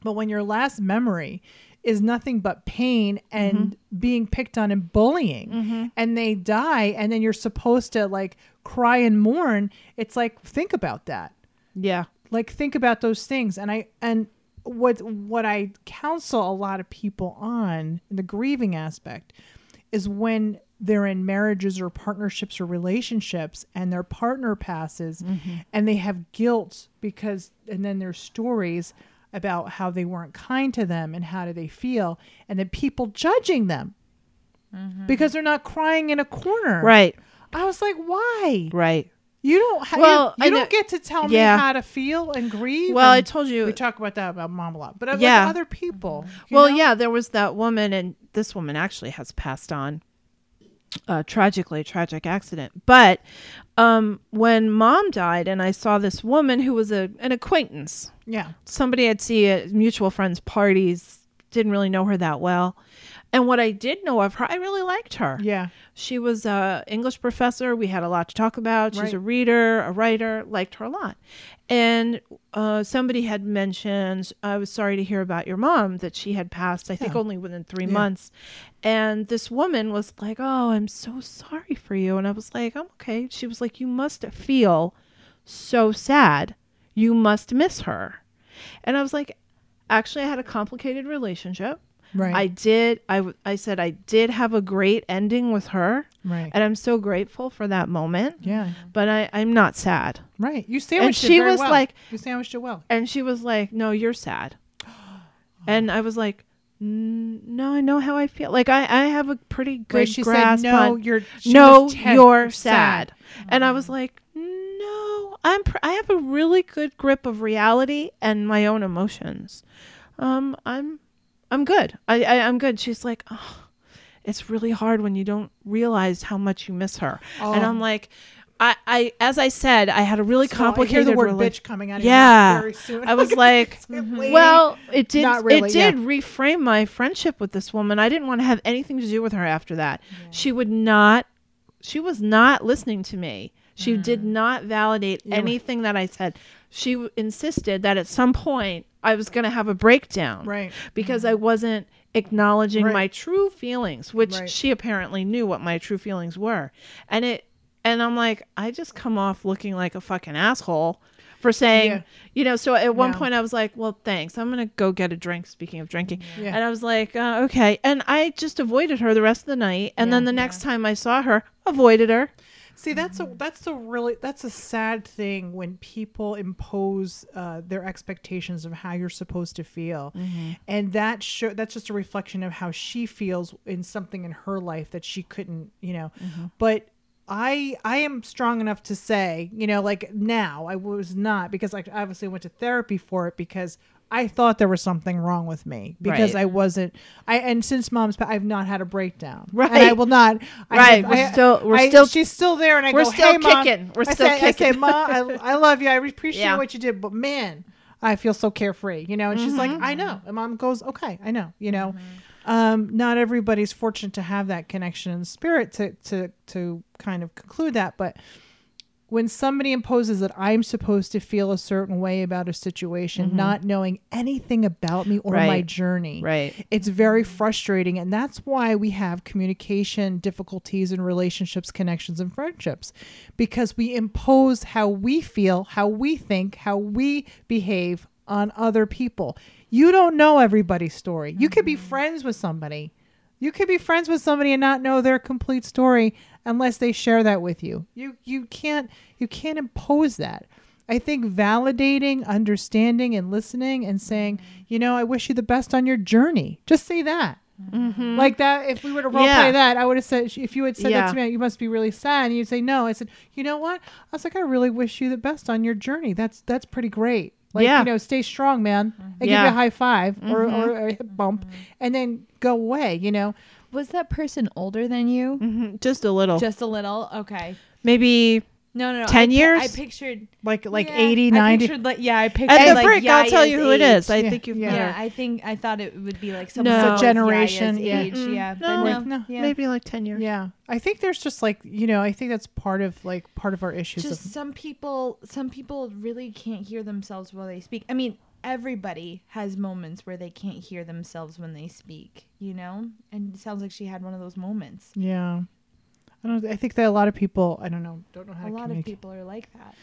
S2: But when your last memory is nothing but pain and
S1: Mm-hmm.
S2: being picked on and bullying, and they die, and then you're supposed to like cry and mourn, it's like, think about that.
S1: yeah,
S2: Like, think about those things. And I, and, what what I counsel a lot of people on the grieving aspect is when they're in marriages or partnerships or relationships and their partner passes and they have guilt because and then there's stories about how they weren't kind to them and how do they feel and then people judging them because they're not crying in a corner
S1: right,
S2: i was like why
S1: right.
S2: you don't ha-
S1: Well,
S2: you, you
S1: I know-
S2: don't get to tell
S1: yeah.
S2: me how to feel and grieve
S1: Well, I
S2: and-
S1: told you.
S2: we talk about that about mom a lot, but yeah.
S1: Yeah.
S2: like other people. you
S1: well,
S2: know?
S1: yeah, there was that woman, and this woman actually has passed on. Uh, tragically, tragic accident. But um, when mom died, and I saw this woman who was a an acquaintance,
S2: yeah,
S1: somebody I'd see at mutual friends' parties, didn't really know her that well, and what I did know of her, I really liked her.
S2: yeah,
S1: She was a English professor. We had a lot to talk about. She's
S2: Right.
S1: a reader, a writer. Liked her a lot. And uh, somebody had mentioned, I was sorry to hear about your mom that she had passed. I think only within three months. And this woman was like, "Oh, I'm so sorry for you." And I was like, "I'm okay." She was like, "You must feel so sad. You must miss her." And I was like, "Actually, I had a complicated relationship."
S2: right,
S1: I did. I, w- I said I did have a great ending with her,
S2: right,
S1: and I'm so grateful for that moment.
S2: Mm-hmm. yeah,
S1: But I, I'm not sad.
S2: right. You sandwiched
S1: she
S2: it very
S1: was
S2: well.
S1: like-
S2: you sandwiched it well.
S1: And she was like, No, you're
S2: (gasps)
S1: sad. And I was like, "N- No, I know how I feel. Like, I, I have a pretty good
S2: Right, she said,
S1: grasp
S2: "No,
S1: on
S2: you're she
S1: no,
S2: was Mm. ten-
S1: you're sad. And I was like, no, I'm pr- I have a really good grip of reality and my own emotions. Um, I'm I'm good. I, I I'm good. She's like, oh, it's really hard when you don't realize how much you miss her. And I'm like, I, I as I said, I had a really
S2: So
S1: complicated.
S2: I hear the word
S1: rela-
S2: bitch coming out of
S1: Yeah.
S2: your mouth very soon. (laughs)
S1: I was like, mm-hmm.
S2: Lady.
S1: Well, it did.
S2: Not really,
S1: it
S2: yeah.
S1: did reframe my friendship with this woman. I didn't want to have anything to do with her after that. She would not. She was not listening to me.
S2: Mm-hmm.
S1: She did not validate anything that I said. She w- insisted that at some point I was going to have a breakdown,
S2: Right.
S1: Because I wasn't acknowledging
S2: Mm-hmm. Right.
S1: my true feelings, which
S2: Right.
S1: she apparently knew what my true feelings were, and it. And I'm like, I just come off looking like a fucking asshole for saying,
S2: Yeah.
S1: you know. So at one
S2: Yeah.
S1: point, and I was like, well, thanks. I'm going to go get a drink. Speaking of drinking.
S2: Yeah.
S1: And I was like, uh, okay. And I just avoided her the rest of the night. And then the next time I saw her, avoided her.
S2: See, that's a that's a really that's a sad thing when people impose uh, their expectations of how you're supposed to feel,
S1: Mm-hmm.
S2: and that show that's just a reflection of how she feels in something in her life that she couldn't, you know.
S1: Mm-hmm.
S2: But I I am strong enough to say, you know, like now I was not because I obviously went to therapy for it because. I thought there was something wrong with me because
S1: Right.
S2: I wasn't. I and since mom's, pa- I've not had a breakdown. and I
S1: Right.
S2: will not. I
S1: Right,
S2: have-
S1: we're
S2: I-
S1: still- we're
S2: I-
S1: still-
S2: She's still there, and I
S1: We're
S2: go,
S1: still
S2: "Hey, Mom."
S1: kicking. We're
S2: I
S1: still
S2: say, I say,
S1: kicking.
S2: Ma, I, I love you. I appreciate
S1: Yeah.
S2: what you did, but man, I feel so carefree, you know. And she's like, I
S1: Mm-hmm.
S2: know. And Mom goes, okay, I know, you know. Um, not everybody's fortunate to have that connection in spirit to to to kind of conclude that, but when somebody imposes that I'm supposed to feel a certain way about a situation, not knowing anything about me or my
S1: Mm-hmm. Right.
S2: journey,
S1: Right.
S2: it's very frustrating. And that's why we have communication difficulties in relationships, connections, and friendships because we impose how we feel, how we think, how we behave on other people. You don't know everybody's story. You could be friends with somebody. You could be friends with somebody and not know their complete story unless they share that with you. You you can't you can't impose that. I think validating, understanding, and listening and saying, you know, I wish you the best on your journey. Just say that. Like that, if we were to role
S1: Mm-hmm. Yeah.
S2: play that, I would have said, if you had said that
S1: Yeah.
S2: to me, you must be really sad. And you'd say, no. I said, you know what? I was like, I really wish you the best on your journey. That's that's pretty great. Like,
S1: Yeah. Mm-hmm.
S2: you know, stay strong, man. I give
S1: Yeah.
S2: you a high 5 or, or a hip bump and then go away, you know?
S4: Was that person older than you?
S1: Mhm. Just a little.
S4: Just a little. Okay.
S1: Maybe.
S5: No, no, no.
S1: 10
S5: I pi-
S1: years?
S5: I pictured
S2: Like like
S5: yeah,
S2: eighty,
S5: I
S2: ninety. 80, 90.
S5: pictured, like, yeah, I pictured
S1: At the
S5: like,
S1: break, I'll tell
S5: Yaya's
S1: you who it
S5: age.
S1: is. I
S2: Yeah.
S1: think you've
S2: Yeah.
S5: Yeah,
S1: met her.
S5: I think I thought it would be like someone
S1: No.
S5: no.
S2: Generation,
S5: generation
S2: yeah.
S5: age.
S1: Mm,
S5: Yeah, but
S1: no.
S2: Like, no,
S5: yeah.
S1: Maybe like 10 years.
S2: Yeah. I think there's just like, you know, I think that's part of like part of our issues.
S4: Just
S2: of,
S4: some people some people really can't hear themselves while they speak. I mean, everybody has moments where they can't hear themselves when they speak, you know? And it sounds like she had one of those moments.
S2: yeah. I don't I think that a lot of people, I don't know, don't know how
S4: A
S2: to
S4: lot of
S2: communicate.
S4: people are like that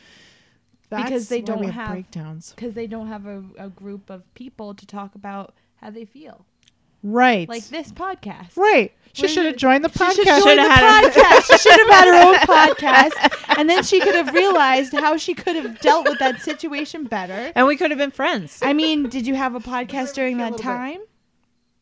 S2: That's
S4: because they
S2: why
S4: don't
S2: we have,
S4: have-
S2: breakdowns.
S4: because they don't have a, a group of people to talk about how they feel.
S2: Right.
S4: Like this podcast.
S2: Right. She
S4: When
S2: should have
S4: you-
S2: joined the
S4: She
S2: podcast.
S4: should
S1: Should've
S4: have
S1: had
S4: had a podcast. She should have had
S2: (laughs)
S4: her own podcast, and then she could have realized how she could have dealt with that situation
S2: (laughs)
S4: better.
S1: And we could have been friends.
S4: I mean, did you have a podcast
S2: A
S4: during that
S2: little bit.
S4: time?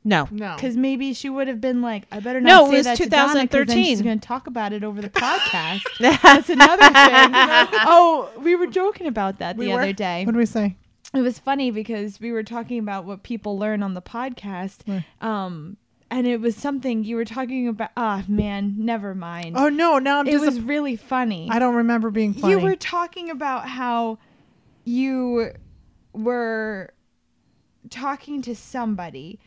S1: No.
S4: (laughs)
S2: No.
S4: Because maybe she would have been like, "I better
S1: No,
S4: not
S1: it
S4: say
S1: was
S4: that to Donna, 'cause then she's
S1: 2013.
S4: going to talk about
S2: (laughs)
S4: it over the podcast. That's another thing. Oh, we were joking about that
S2: We
S4: the
S2: were?
S4: other day.
S2: What do we say?
S4: it was funny because we were talking about what people learn on the podcast
S2: Right.
S4: um and it was something you were talking about ah man never mind
S2: Oh no, now I'm
S4: Mm. it
S2: just
S4: was really funny
S2: I don't remember being funny.
S4: you were talking about how you were talking to somebody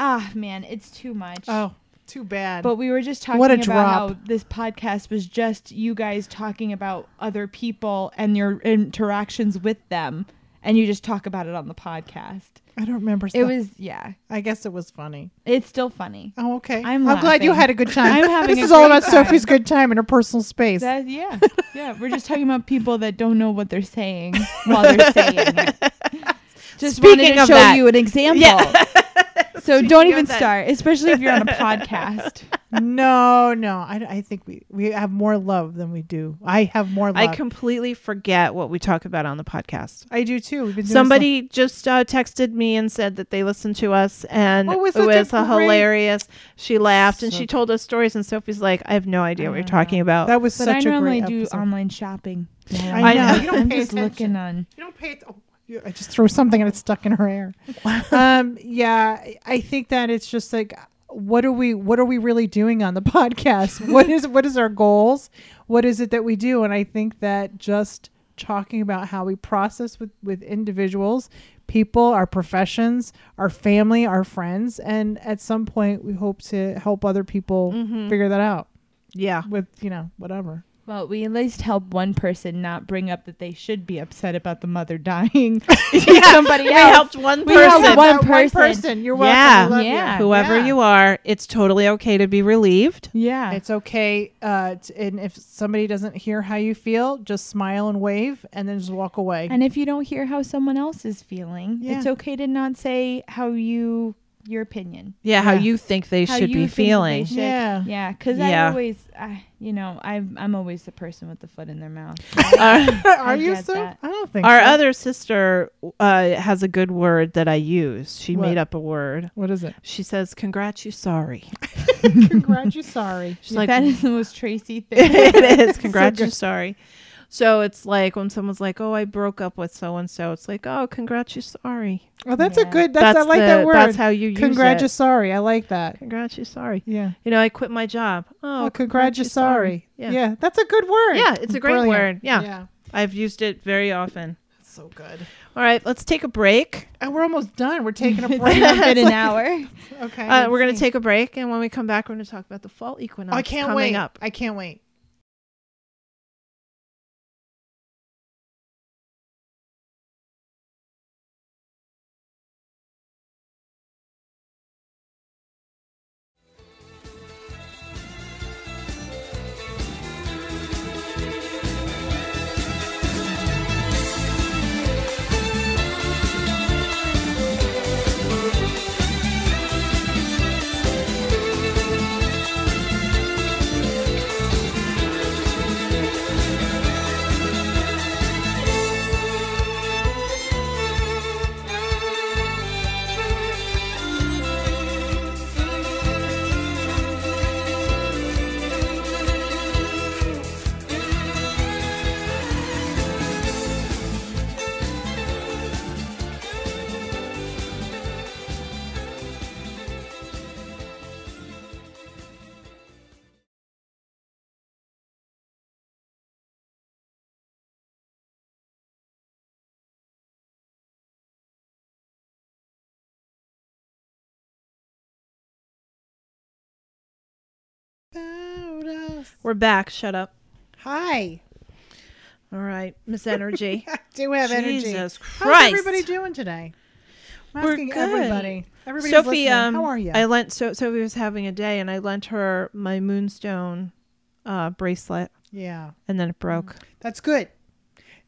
S4: ah man it's too much
S2: Oh, too bad.
S4: but we were just talking
S2: What a
S4: about
S2: drop.
S4: how this podcast was just you guys talking about other people and your interactions with them, and you just talk about it on the podcast.
S2: I don't remember. Stuff.
S4: It was yeah,
S2: I guess it was funny.
S4: it's still funny.
S2: Oh, okay.
S4: I'm
S2: glad you
S4: laughing.
S2: had a good time. (laughs)
S4: I'm having
S2: this
S4: a
S2: is all
S4: great
S2: about
S4: time.
S2: Sophie's good time in her personal space.
S4: That, yeah, yeah. We're just talking about people that don't know what
S2: (laughs)
S4: they're saying while they're saying it. Just wanted
S1: Speaking
S4: to
S1: of
S4: show
S1: that.
S4: you an example.
S2: (laughs)
S4: (laughs) so don't
S1: of
S4: even
S1: that.
S4: start, especially if you're on a podcast.
S2: (laughs) no, no. I, I think we, we have more love than we do. I have more love.
S1: I completely forget what we talk about on the podcast.
S2: I do too. We've been doing this
S1: Somebody just uh, texted me and said that they listened to us and
S2: Oh, it
S1: it
S2: was
S1: was,
S2: such a
S1: a
S2: great-
S1: hilarious. She laughed and
S2: So-
S1: she told us stories, and Sophie's like, "I have no idea what you're
S4: don't
S1: talking
S2: all-
S1: about."
S2: that was
S4: But
S2: such
S4: I
S2: a
S4: normally
S2: great
S4: do
S2: episode.
S4: online shopping.
S2: I
S1: know.
S2: You don't
S4: I'm
S2: pay
S4: just
S2: attention.
S4: looking on.
S2: You don't pay. It- oh, you- I just threw something and it's stuck in her hair. um, yeah, I- I think that it's just like what are we what are we really doing on the (laughs) podcast? what is what is our goals? What is it that we do? And I think that just talking about how we process with with individuals, people, our professions, our family, our friends, and at some point we hope to help other people figure that out
S1: (laughs)
S2: (laughs)
S1: Yeah.
S2: with, you know, whatever.
S4: Well, we at least help one person not bring up that they should be upset about the mother (laughs) dying. Somebody
S1: we
S4: else.
S1: helped one
S4: We
S1: person.
S4: helped
S2: That
S4: one
S2: one
S4: person.
S2: person. You're welcome.
S1: Yeah.
S2: We love you.
S4: Yeah.
S1: Whoever
S2: Yeah.
S1: you are, it's totally okay to be relieved.
S4: Yeah.
S2: It's okay. Uh, t- and if somebody doesn't hear how you feel, just smile and wave and then just walk away.
S4: and if you don't hear how someone else is feeling,
S2: Yeah.
S4: it's okay to not say how you
S2: (sighs)
S4: your opinion.
S1: Yeah, how
S2: Yeah.
S1: you think they
S4: How
S1: should
S4: you
S1: be
S4: think that they
S1: feeling.
S4: should.
S2: Yeah.
S4: Yeah, because
S1: Yeah.
S4: I always, I, you know, I'm I'm always the person with the foot in their mouth.
S1: Our,
S2: (laughs) Are
S4: I
S2: you
S4: get
S2: so?
S4: that.
S2: I don't think
S1: our
S2: so.
S1: other sister uh, has a good word that I use. She
S2: What?
S1: made up a word. (laughs)
S2: What is it? (laughs)
S1: She says, "Congrats, you sorry."
S2: Congrats, you sorry.
S1: She's like,
S4: that is the
S1: (laughs)
S4: most Tracy thing.
S1: "It
S2: (laughs)
S4: (laughs)
S1: is congrats, (laughs) you sorry." So it's like when someone's like, "Oh, I broke up with so and so." It's like, "Oh, congrats, you sorry."
S2: Oh, that's a
S4: Yeah.
S2: good. That's, I like that
S1: the-
S2: word.
S1: That's how you use
S2: Congrats,
S1: it.
S2: you sorry. I like that.
S1: Congrats, you sorry.
S2: Yeah.
S1: You know, I quit my job. Oh,
S2: Oh, congrats, you sorry. Yeah.
S1: Yeah.
S2: that's a good word.
S1: Yeah, it's a great
S2: Brilliant.
S1: word. Yeah.
S2: yeah,
S1: I've used it very often.
S2: that's so good.
S1: All right, let's take a break.
S2: And we're almost done.
S1: (laughs)
S2: We're taking a break.
S4: It's been an hour.
S2: (laughs) okay,
S1: Uh,
S2: let's
S1: we're going to
S2: see.
S1: take a break, and when we come back, we're going to talk about the fall equinox
S2: I can't
S1: coming
S2: wait.
S1: up.
S2: I can't wait.
S1: We're back. Shut up.
S2: Hi.
S1: All right, Miss
S2: (laughs)
S1: Energy.
S2: I do have energy.
S1: Jesus
S2: How's
S1: Christ.
S2: everybody doing today? I'm
S1: We're
S2: asking
S1: good.
S2: everybody. Everybody's
S1: Sophie,
S2: listening.
S1: um,
S2: how are you?
S1: I lent so Sophie was having a day, and I lent her my moonstone uh, bracelet,
S2: yeah,
S1: and then it broke.
S2: that's good.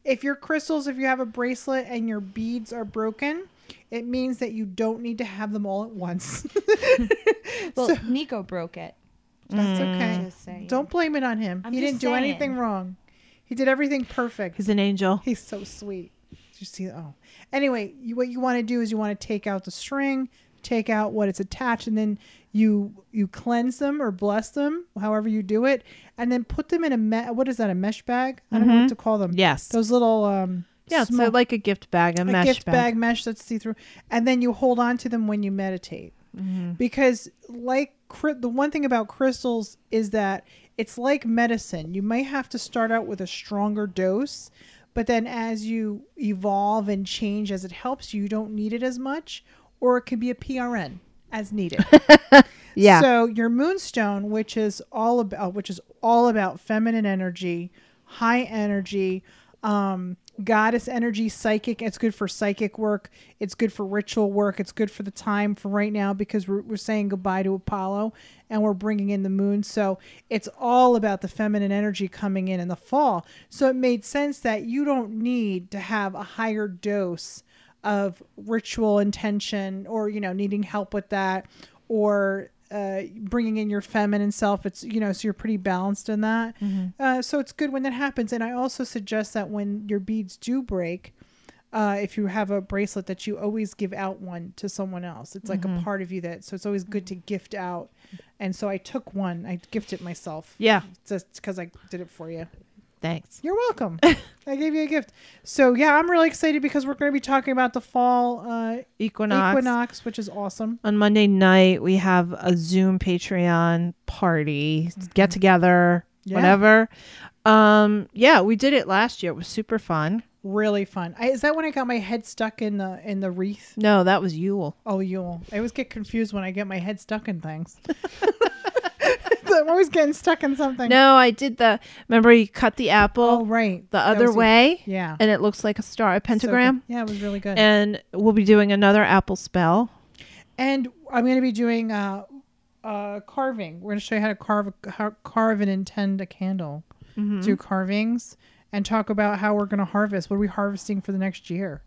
S2: If your crystals, if you have a bracelet and your beads are broken, it means that you don't need to have them all
S1: (laughs)
S2: at once. (laughs)
S4: Well,
S2: So-
S4: Nico broke it.
S2: that's
S1: Mm.
S2: okay.
S4: Just saying.
S2: Don't blame it on him.
S4: I'm
S2: he
S4: just
S2: didn't do
S4: saying.
S2: anything wrong. He did everything perfect.
S1: He's an angel.
S2: He's so sweet. Did you see? Oh, anyway, you, what you want to do is you want to take out the string, take out what it's attached, and then you you cleanse them or bless them, however you do it, and then put them in a me- what is that a mesh bag? I don't know what to call them.
S1: Mm-hmm. Yes.
S2: those little um
S1: yeah,
S2: small-
S1: so like a gift bag, a,
S2: a
S1: mesh
S2: gift bag.
S1: bag.
S2: mesh that's see through, and then you hold on to them when you meditate, because like cry- the one thing about crystals is that it's like medicine. You might have to start out with a stronger dose, but then as you evolve and change as it helps you, you don't need it as much, or it could be a PRN as needed.
S1: Yeah.
S2: So your moonstone, which is all about which is all about feminine energy, high energy, um, goddess energy, psychic. It's good for psychic work. It's good for ritual work. It's good for the time for right now because we're, we're saying goodbye to Apollo and we're bringing in the moon. So it's all about the feminine energy coming in in the fall. So it made sense that you don't need to have a higher dose of ritual intention or you know needing help with that or uh, bringing in your feminine self it's you know so you're pretty balanced in that uh, so it's good when that happens and i also suggest that when your beads do break uh, if you have a bracelet that you always give out one to someone else it's like a part of you that so it's always good to gift out and so i took one i gifted myself
S1: Yeah.
S2: just because i did it for you
S1: Thanks.
S2: You're welcome. (laughs) I gave you a gift. So yeah, I'm really excited because we're going to be talking about the fall uh,
S1: Equinox.
S2: equinox. which is awesome.
S1: On Monday night, we have a Zoom Patreon party, get together,
S2: Mm-hmm. Yeah.
S1: whatever. Um, yeah, we did it last year. It was super fun.
S2: Really fun. I, is that when I got my head stuck in the in the wreath?
S1: No, that was Yule.
S2: Oh, Yule. I always get confused when I get my head stuck in things. (laughs) I'm always getting stuck in something.
S1: No, I did the. Remember, you cut the
S2: Oh,
S1: apple
S2: right.
S1: the
S2: That
S1: other
S2: was-
S1: way,
S2: Yeah.
S1: and it looks like a star, a
S2: So good.
S1: pentagram.
S2: yeah, it was really good.
S1: and we'll be doing another apple spell.
S2: And I'm going to be doing uh, uh, carving. We're going to show you how to carve how carve and intend a candle. Do carvings and talk about how we're going to harvest. What are we harvesting for the next year?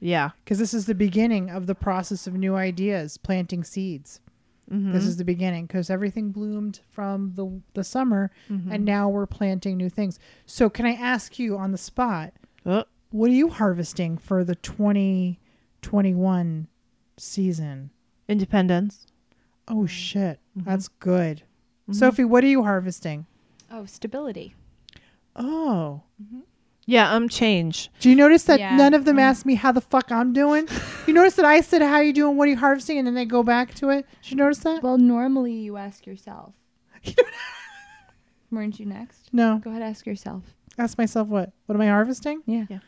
S1: Yeah.
S2: Because this is the beginning of the process of new ideas, planting seeds. This is the beginning because everything bloomed from the the summer, and now we're planting new things. So, can I ask you on the spot?
S1: Oh,
S2: What are you harvesting for the 2021 season?
S1: independence.
S2: Oh shit, that's good. Sophie, what are you harvesting?
S5: Oh, stability.
S2: Oh,
S1: Yeah, um, change.
S2: do you notice that
S5: Yeah.
S2: none of them asked me how the fuck I'm (laughs) doing? you notice that I said how you doing, what are you harvesting, and then they go back to it. Did you notice that?
S5: Well, normally you ask yourself.
S1: (laughs)
S5: Weren't you next?
S2: No.
S5: Go ahead, ask yourself.
S2: Ask myself what? What am I harvesting?
S5: Yeah.
S1: Yeah.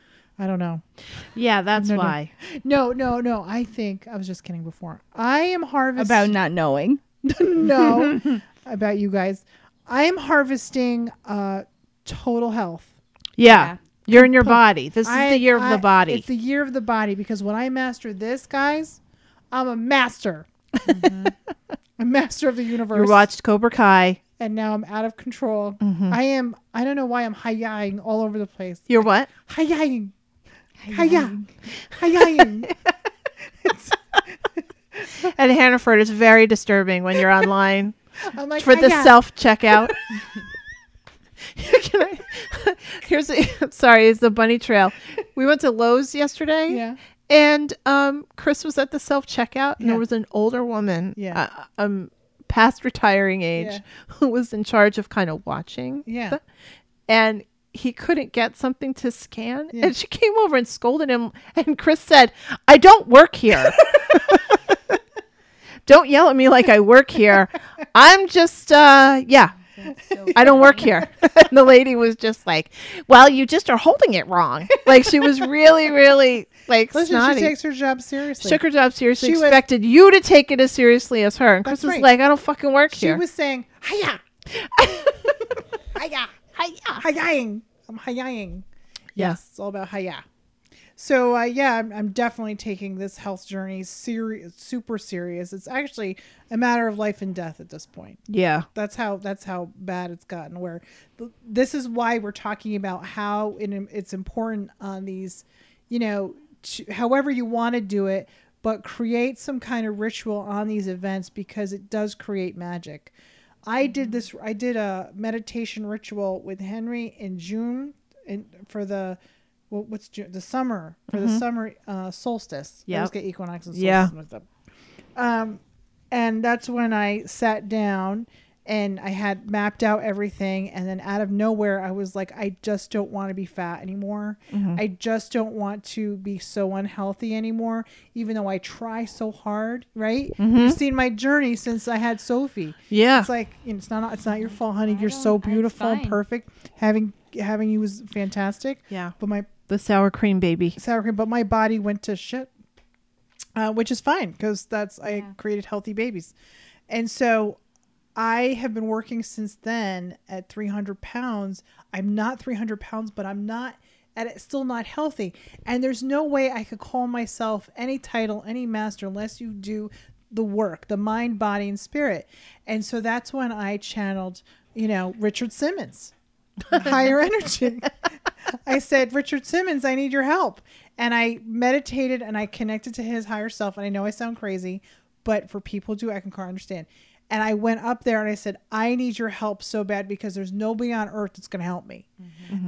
S2: I don't know.
S1: Yeah, that's
S2: No, no.
S1: why.
S2: No, no, no. I think I was just kidding before. I am harvesting (laughs)
S4: About not knowing.
S2: no about you guys. I am harvesting uh total health.
S1: Yeah.
S5: Yeah.
S1: You're in your body. This
S2: I-
S1: is the year of
S2: I-
S1: the body.
S2: It's the year of the body because when I master this, guys, I'm a master.
S1: Mm-hmm.
S2: (laughs) I'm master of the universe.
S1: You watched Cobra Kai.
S2: and now I'm out of control.
S1: Mm-hmm.
S2: I am. I don't know why I'm hi-ying all over the place.
S1: You're (laughs) what?
S2: Hi-ying, hi-ying,
S1: (laughs)
S2: hi-ying.
S1: At Hannaford, it's very disturbing when you're (laughs) online
S2: I'm like
S1: for the
S2: "Hi-ya."
S1: self (laughs) checkout. (laughs) Here's a, sorry, it's the bunny trail. We went to Lowe's yesterday,
S2: Yeah.
S1: and um, Chris was at the self checkout, and
S2: Yeah.
S1: there was an older woman,
S2: Yeah.
S1: uh, um, past retiring age,
S2: Yeah.
S1: (laughs) who was in charge of kind of watching.
S2: Yeah.
S1: the- and he couldn't get something to scan,
S2: Yeah.
S1: and she came over and scolded him. And Chris said, "I don't work
S2: (laughs)
S1: here." Don't yell at me like I work here. I'm just, uh, yeah, I don't work
S2: (laughs)
S1: here. (laughs) and the lady was just like, well, you just are holding it wrong. Like she was really, really like
S2: Listen,
S1: snotty.
S2: she takes her job seriously.
S1: Shook her job seriously.
S2: She was-
S1: expected you to take it as seriously as her. And Chris
S2: That's
S1: was
S2: right.
S1: like, I don't fucking work
S2: she
S1: here. (laughs)
S2: was saying hi-ya, hi-ya, hi-ya, hi-ying. I'm hi-ying.
S1: yes.
S2: It's all about how, yeah. So uh, yeah, I'm, I'm definitely taking this health journey serious, super serious. It's actually a matter of life and death at this point.
S1: Yeah.
S2: That's how that's how bad it's gotten. Where th- this is why we're talking about how it, it's important on these, you know, to, however you want to do it, but create some kind of ritual on these events because it does create magic. I
S1: Mm-hmm.
S2: did this. I did a meditation ritual with Henry in June, in, for the well, what's June? The summer for the summer uh, solstice. I always
S1: Mm-hmm. Yep.
S2: get equinox and solstice
S1: Yeah.
S2: mixed up. Um, and that's when I sat down and I had mapped out everything. And then out of nowhere, I was like, I just don't want to be fat anymore.
S5: Mm-hmm.
S2: I just don't want to be so unhealthy anymore, even though I try so hard, right?
S5: Mm-hmm.
S2: You've seen my journey since I had Sophie.
S1: Yeah.
S2: It's like you know, it's not it's not your fault, honey.
S5: I
S2: You're
S5: don't-
S2: so
S5: it's
S2: beautiful and
S5: fine.
S2: perfect. Having having you was fantastic.
S1: Yeah.
S2: But my
S1: The sour cream baby.
S2: sour cream, but my body went to shit, uh, which is fine because that's I created healthy babies, and so I have been working since then at 300 pounds. I'm not 300 pounds, but I'm not and it's still not healthy. And there's no way I could call myself any title, any master, unless you do the work, the mind, body, and spirit. And so that's when I channeled, you know, Richard Simmons higher energy. I said, Richard Simmons, I need your help. And I meditated and I connected to his higher self. And I know I sound crazy, but for people who do, I can kind of understand. And I went up there and I said, I need your help so bad because there's nobody on earth that's going to help me.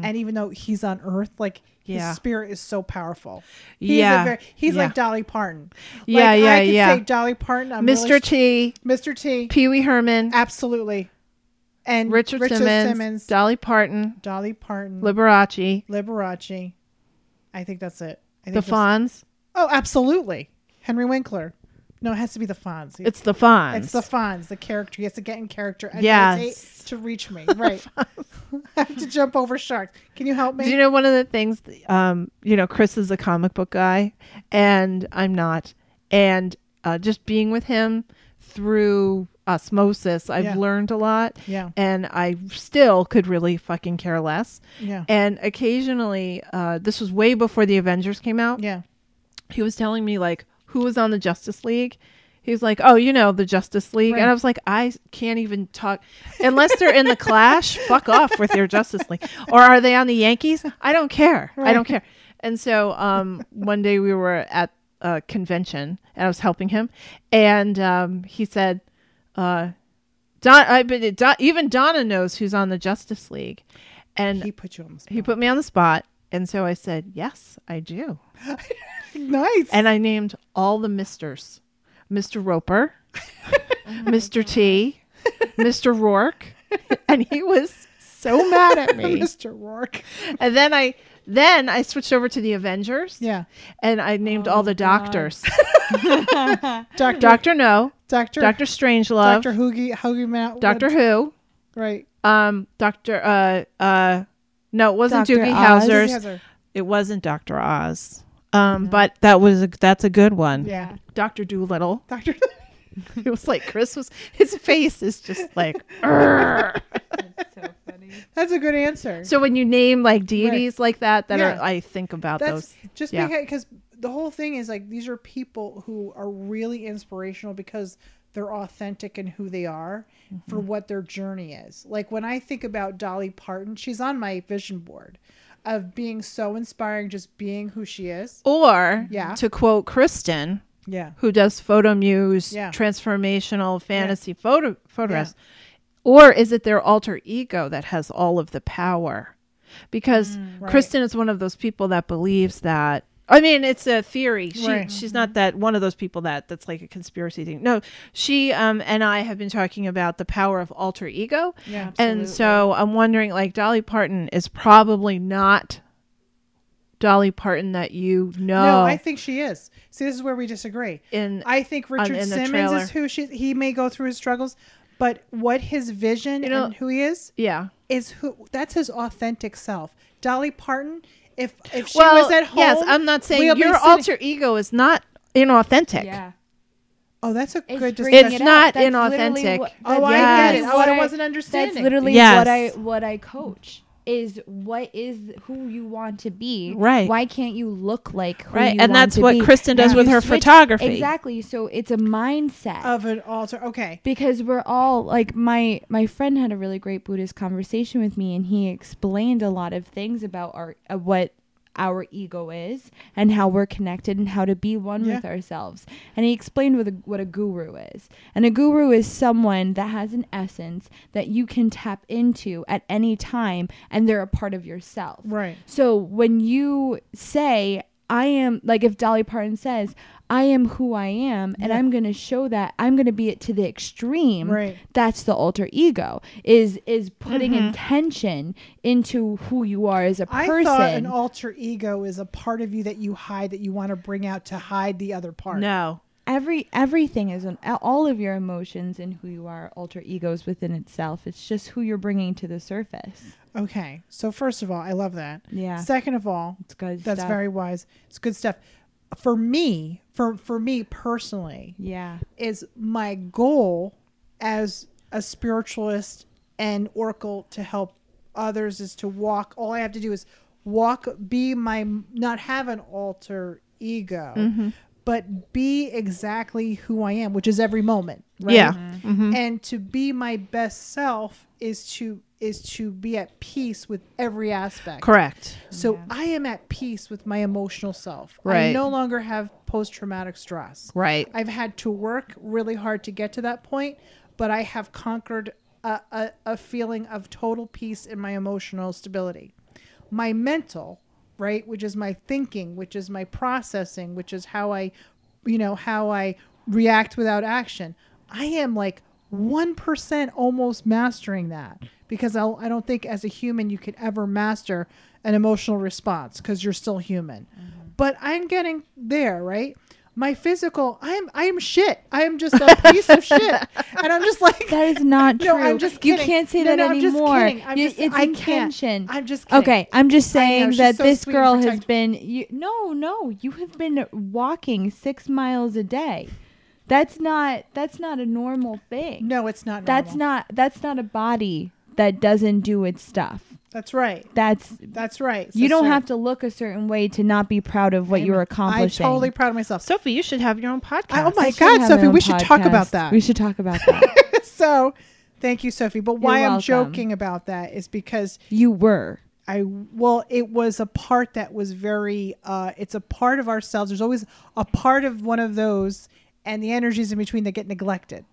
S2: And even though he's on earth, like
S1: Mm-hmm. Yeah.
S2: his spirit is so powerful. He's
S1: Yeah.
S2: A very, he's
S1: Yeah.
S2: like Dolly Parton. Like,
S1: Yeah, yeah,
S2: I could
S1: yeah.
S2: say Dolly Parton. I'm
S1: Mr.
S2: really-
S1: T,
S2: Mr. T.
S1: Pee Wee Herman,
S2: Absolutely. and
S1: Richard, Simmons, Dolly Parton,
S2: Dolly Parton,
S1: Liberace,
S2: Liberace. I think that's it. I think
S1: the
S2: that's-
S1: Fonz.
S2: Oh, absolutely. Henry Winkler. No, it has to be the Fonz. It's,
S1: It's the Fonz.
S2: the Fonz, the character. He has to get in character and
S1: Yes.
S2: meditate to reach me. (laughs) Right. (laughs) I have to jump over sharks. Can you help me?
S1: Do you know one of the things? Um, you know, Chris is a comic book guy, and I'm not. And uh, just being with him through osmosis, I've
S2: Yeah.
S1: learned a lot.
S2: Yeah.
S1: And I still could really fucking care less.
S2: yeah.
S1: And occasionally, uh, this was way before the Avengers came out.
S2: yeah.
S1: He was telling me like who was on the Justice League. He was like, "Oh, you know the Justice League,"
S2: Right.
S1: and I was like, "I can't even talk unless they're in the
S2: (laughs)
S1: Clash. Fuck off with your Justice League, or are they on the Yankees? I don't care. I don't care." And so um, one day we were at a convention, and I was helping him, and um, he said, uh, "Don, I, but Don, even Donna knows who's on the Justice League," and
S2: He put you on the spot.
S1: he put me on the spot. And so I said, Yes, I do.
S2: (laughs) nice. (laughs)
S1: And I named all the misters Mr.
S2: (laughs)
S1: Roper, Mr. T, Mr. Rourke. And he was so mad at (laughs)
S2: (laughs)
S1: me.
S2: Mr. Rourke.
S1: And then I. Then I switched over to the Avengers, (laughs)
S2: Yeah. Oh
S1: and I named all the
S2: (laughs)
S1: doctors:
S2: Doctor
S1: Doctor No,
S2: Doctor
S1: Doctor Strangelove,
S2: Doctor
S1: Doctor,
S2: Hoogie Hoogie Mount
S1: Who,
S2: Right.
S1: um, Doctor uh uh, no, it wasn't
S4: Dr.
S1: Doogie
S4: Oz.
S1: Howser's.
S2: Yes, sir.
S1: It wasn't Doctor Oz, um, but that was a, that's a good one.
S2: Yeah.
S1: Doctor Doolittle.
S2: Doctor (laughs)
S1: (laughs) It was like Chris was his face is just like. "Arr."
S6: That's so funny.
S2: That's a good answer.
S1: so when you name like deities like that, that
S2: Yeah.
S1: are I think about
S2: That's
S1: those.
S2: just
S1: yeah.
S2: because cause the whole thing is like these are people who are really inspirational because they're authentic in who they are for
S1: Mm-hmm.
S2: what their journey is. Like when I think about Dolly Parton, she's on my vision board of being so inspiring, just being who she is.
S1: Or
S2: Yeah.
S1: to quote Kristen,
S2: Yeah.
S1: who does photo muse
S2: Yeah.
S1: transformational fantasy photo photographs, or is it their alter ego that has all of the power? Because
S2: Mm, right.
S1: Kristen is one of those people that believes that. I mean, it's a theory. She
S2: Right. Mm-hmm.
S1: she's not that one of those people that that's like a conspiracy thing. No, she um and I have been talking about the power of alter ego.
S2: Yeah.
S1: And so I'm wondering, like, Dolly Parton is probably not Dolly Parton that you know.
S2: No, I think she is. See, this is where we disagree.
S1: in
S2: I think Richard
S1: in the
S2: Simmons
S1: trailer.
S2: is who she. He may go through his struggles, but what his vision
S1: You know-
S2: and who he is
S1: yeah.
S2: is who. That's his authentic self. Dolly Parton. If if she
S1: well,
S2: was at home,
S1: yes, I'm not saying
S2: we'll be
S1: your
S2: sitting-
S1: alter ego is not inauthentic.
S4: Yeah.
S2: Oh, that's a
S4: It's
S2: good
S4: bringing
S2: discussion.
S1: It's not
S4: That's literally
S1: inauthentic.
S4: what-
S2: Oh, I
S1: Yes.
S2: get it.
S4: That's
S2: Oh, I
S4: what
S2: wasn't
S4: That's
S2: understanding.
S4: literally
S1: Yes.
S4: what I what I coach is what is who you want to be.
S1: Right.
S4: Why can't you look like who
S1: Right, and
S4: you want
S1: that's
S4: to
S1: what
S4: be?
S1: Kristen does
S4: And
S1: with
S4: you
S1: her photography.
S4: Exactly. So it's a mindset.
S2: of an alter. Okay,
S4: because we're all like my my friend had a really great buddhist conversation with me and he explained a lot of things about our uh, what our ego is and how we're connected and how to be one
S2: Yeah.
S4: with ourselves and he explained what a, what a guru is and a guru is someone that has an essence that you can tap into at any time and they're a part of yourself
S2: right.
S4: so when you say, I am, like if Dolly Parton says, I am who I am, and I'm going to show that, I'm going to be it to the extreme.
S2: Right. Mm-hmm.
S4: That's the alter ego is is putting intention into who you are as a
S2: I
S4: person.
S2: thought an alter ego is a part of you that you hide that you want to bring out to hide the other part.
S1: No.
S4: Every everything is an all of your emotions and who you are alter egos within itself. It's just who you're bringing to the surface.
S2: Okay. So first of all, I love that.
S4: Yeah.
S2: Second of all,
S4: It's good.
S2: That's
S4: stuff.
S2: very wise. It's good stuff. For me, for for me personally,
S4: yeah.
S2: is my goal as a spiritualist and oracle to help others is to walk. All I have to do is walk, be my, not have an alter ego,
S1: Mm-hmm.
S2: but be exactly who I am, which is every moment. Right?
S1: Yeah. Mm-hmm.
S2: And to be my best self is to is to be at peace with every aspect.
S1: Correct.
S2: So I am at peace with my emotional self. I
S1: Right.
S2: no longer have post traumatic stress.
S1: Right.
S2: I've had to work really hard to get to that point, but I have conquered a, a, a feeling of total peace in my emotional stability. My mental, right, which is my thinking, which is my processing, which is how I, you know, how I react without action. I am like 1% almost mastering that because I'll, I don't think as a human you could ever master an emotional response because you're still human.
S5: Mm-hmm.
S2: But I'm getting there, right? My physical, I'm I am shit. I am just a
S5: (laughs)
S2: piece of shit, and I'm just like
S5: That is not true.
S2: (laughs) No, I'm just
S5: you
S2: kidding.
S5: can't say
S2: No,
S5: that
S2: no, I'm just
S5: anymore.
S2: kidding. I'm
S5: You-
S2: just-
S5: it's
S2: I can't.
S5: intention.
S2: I'm just kidding.
S5: Okay, I'm just
S2: I know,
S5: saying
S2: she's
S5: that
S2: so
S5: this
S2: sweet and
S5: girl has
S2: protective.
S5: been you, no, no, you have been walking 6 miles a day. That's not that's not a normal thing.
S2: No, it's not.
S5: that's
S2: normal.
S5: not that's not a body that doesn't do its stuff.
S2: That's right.
S5: That's
S2: That's right.
S5: you don't
S2: sister.
S5: have to look a certain way to not be proud of what you're
S2: I'm
S5: accomplishing.
S2: totally proud of myself.
S1: Sophie, you should have your own podcast.
S2: I- oh my
S5: We should
S2: God,
S5: have
S2: Sophie,
S5: our own
S2: we should talk about
S5: podcast.
S2: that.
S5: We should talk about
S2: (laughs)
S5: that.
S2: so thank you sophie but why i'm
S5: welcome.
S2: joking about that is because
S5: you were.
S2: i well it was a part that was very uh it's a part of ourselves there's always a part of one of those and the energies in between that get neglected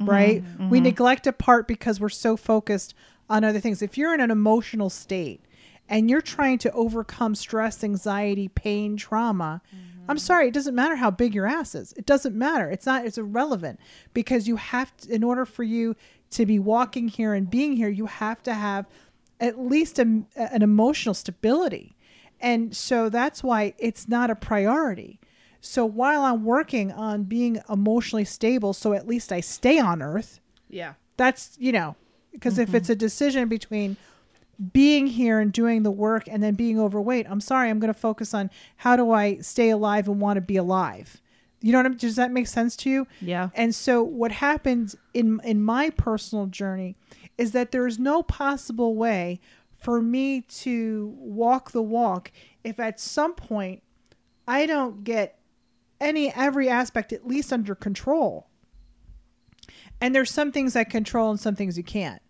S2: right we neglect a part because we're so focused on other things if you're in an emotional state and you're trying to overcome stress anxiety pain trauma i'm sorry it doesn't matter how big your ass is it doesn't matter it's not it's irrelevant because you have to, in order for you to be walking here and being here you have to have at least a, an emotional stability and so that's why it's not a priority so while I'm working on being emotionally stable, so at least I stay on earth,
S1: Yeah.
S2: that's, you know, because if it's a decision between being here and doing the work and then being overweight, I'm sorry, I'm going to focus on how do I stay alive and want to be alive. You know what I'm, does that make sense to you?
S1: Yeah.
S2: And so what happened in in my personal journey is that there is no possible way for me to walk the walk if at some point I don't get any every aspect at least under control. And there's some things I control and some things you can't.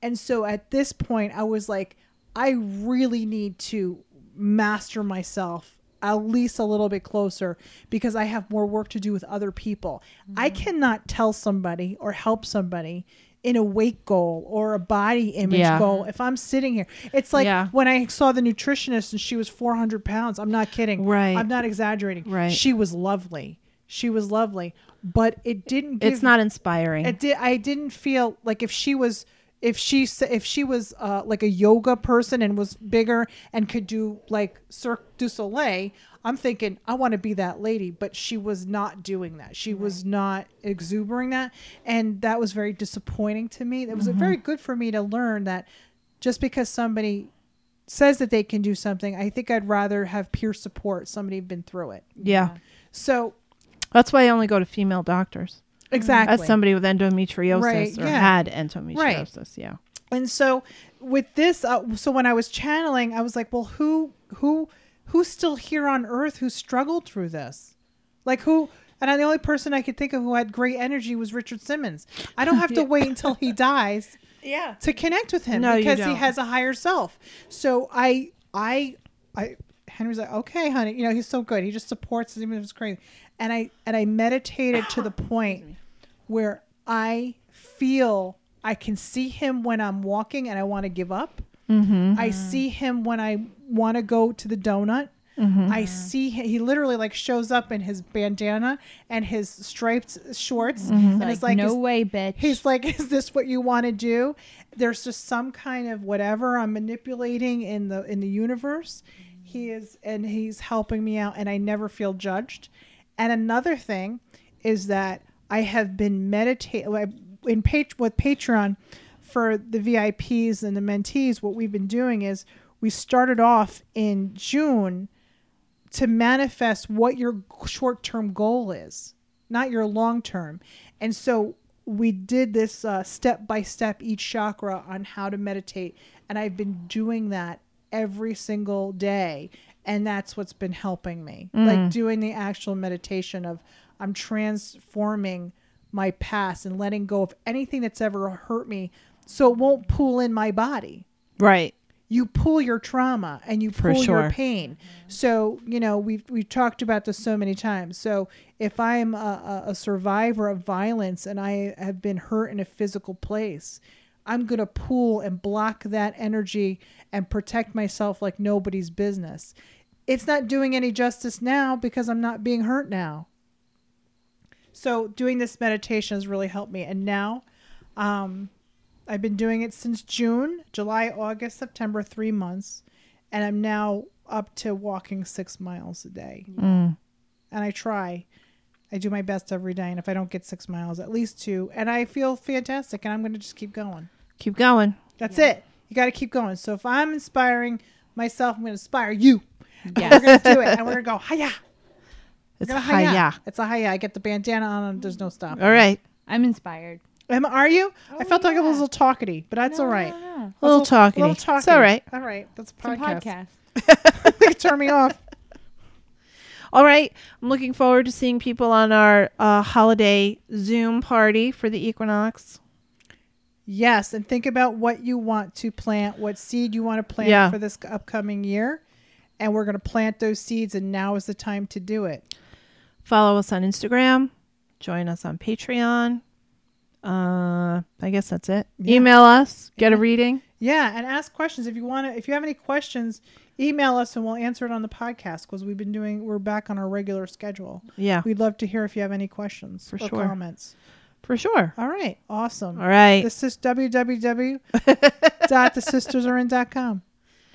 S2: And so at this point I was like I really need to master myself at least a little bit closer because I have more work to do with other people. I
S1: Mm-hmm.
S2: cannot tell somebody or help somebody in a weight goal or a body image
S1: Yeah.
S2: goal if I'm sitting here. It's like
S1: Yeah.
S2: when I saw the nutritionist and she was 400 pounds. I'm not kidding.
S1: Right.
S2: I'm not exaggerating.
S1: Right.
S2: She was lovely. She was lovely, but it didn't. Give,
S1: It's not inspiring.
S2: It did. I didn't feel like if she was, if she, s- if she was uh, like a yoga person and was bigger and could do like Cirque du Soleil, I'm thinking I want to be that lady. But she was not doing that. She was not exuberating that, and that was very disappointing to me. It was
S1: Mm-hmm.
S2: very good for me to learn that just because somebody says that they can do something, I think I'd rather have peer support, somebody who'd been through it.
S1: yeah.
S2: So
S1: That's why I only go to female doctors.
S2: exactly.
S1: That's somebody with endometriosis
S2: Right,
S1: or
S2: yeah.
S1: had endometriosis. Yeah.
S2: and so with this uh, so when i was channeling i was like well who who who's still here on earth who struggled through this like who and the only person i could think of who had great energy was richard simmons
S1: (laughs)
S2: i don't have to wait until he dies
S1: Yeah.
S2: to connect with him
S1: No, you
S2: because he
S1: don't.
S2: has a higher self. So I I I Henry's like, okay, honey, you know he's so good. He just supports us even if it's crazy. And I and I meditated to
S1: (coughs)
S2: the point where I feel I can see him when I'm walking and I want to give up. I see him when I want to go to the donut. I see him. He literally like shows up in his bandana and his striped shorts, and it's like
S5: no
S2: is-
S5: way, bitch.
S2: He's like, (laughs) "Is this what you want to do?" There's just some kind of whatever I'm manipulating in the in the universe. He is, and he's helping me out, and I never feel judged. And another thing is that I have been meditating in pat- with Patreon for the VIPs and the mentees. What we've been doing is we started off in June to manifest what your short term goal is, not your long term. And so we did this uh, step by step each chakra on how to meditate. And I've been doing that every single day. And that's what's been helping me. Like doing the actual meditation of I'm transforming my past and letting go of anything that's ever hurt me so it won't pull in my body
S1: Right.
S2: you pull your trauma and you
S1: For
S2: pull your
S1: sure.
S2: pain. So you know we've we've talked about this so many times. So if I'm a, a a survivor of violence and I have been hurt in a physical place, I'm gonna pull and block that energy and protect myself like nobody's business. It's not doing any justice now because I'm not being hurt now. So doing this meditation has really helped me. And now, um, I've been doing it since June, July, August, September, three months, and I'm now up to walking six miles a day. And I try. I do my best every day, and if I don't get six miles, at least two. And I feel fantastic, and I'm going to just keep going.
S1: Keep going.
S2: That's it. You got to keep going. So if I'm inspiring myself, I'm going to inspire you.
S5: Yes.
S2: We're going to do it, and we're going to go hiya. We're
S1: It's
S2: gonna
S1: high. Yeah.
S2: It's a hiya. I get the bandana on, and there's no stop.
S1: All right.
S5: I'm inspired.
S2: Am, are you? I felt like I was a
S5: yeah.
S2: little talkity, but that's all right.
S1: A little talking.
S2: A little
S1: It's all right.
S2: All right. That's a
S5: Some
S2: podcast.
S1: (laughs)
S5: podcast.
S2: Turn me off.
S1: All right. I'm looking forward to seeing people on our uh, holiday Zoom party for the equinox.
S2: Yes, and think about what you want to plant, what seed you want to plant
S1: Yeah.
S2: for this upcoming year, and we're going to plant those seeds. And now is the time to do it.
S1: Follow us on Instagram. Join us on Patreon. Uh, I guess that's it.
S2: Yeah.
S1: Email us. Get a reading.
S2: Yeah, and ask questions if you want to. If you have any questions, email us and we'll answer it on the podcast because we've been doing. We're back on our regular schedule.
S1: Yeah,
S2: We'd love to hear if you have any questions
S1: For
S2: or
S1: sure.
S2: comments.
S1: for sure.
S2: All right, awesome.
S1: All right.
S2: (laughs) This is www.thesistersarein.com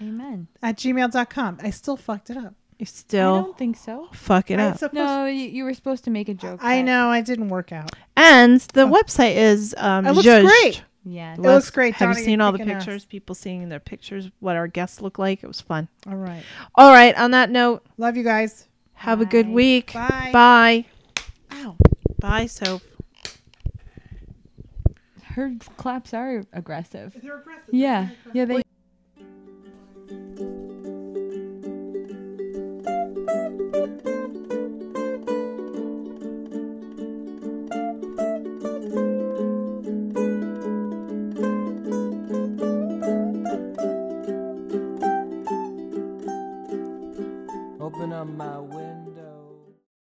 S5: Amen.
S2: at gmail.com. I still fucked it up.
S1: You
S5: I
S1: still
S5: don't think so.
S1: fuck it
S2: I
S1: up.
S2: supposed-
S5: No, you, you were supposed to make a joke.
S2: I
S5: but-
S2: know I didn't work out.
S1: And the website is um,
S2: It looks
S1: judged.
S2: great.
S5: Yes.
S2: It looks great.
S1: Have
S2: Donnie,
S1: you
S2: you're
S1: seen all the
S2: kicking ass.
S1: pictures? People seeing their pictures, what our guests look like. It was fun.
S2: All right.
S1: All right. On that note,
S2: Love you guys.
S1: have a good
S5: Bye.
S1: week.
S2: Bye.
S1: Bye.
S2: Ow.
S1: Bye, Soap.
S5: Her claps are aggressive.
S2: They're aggressive.
S5: Yeah. Yeah, they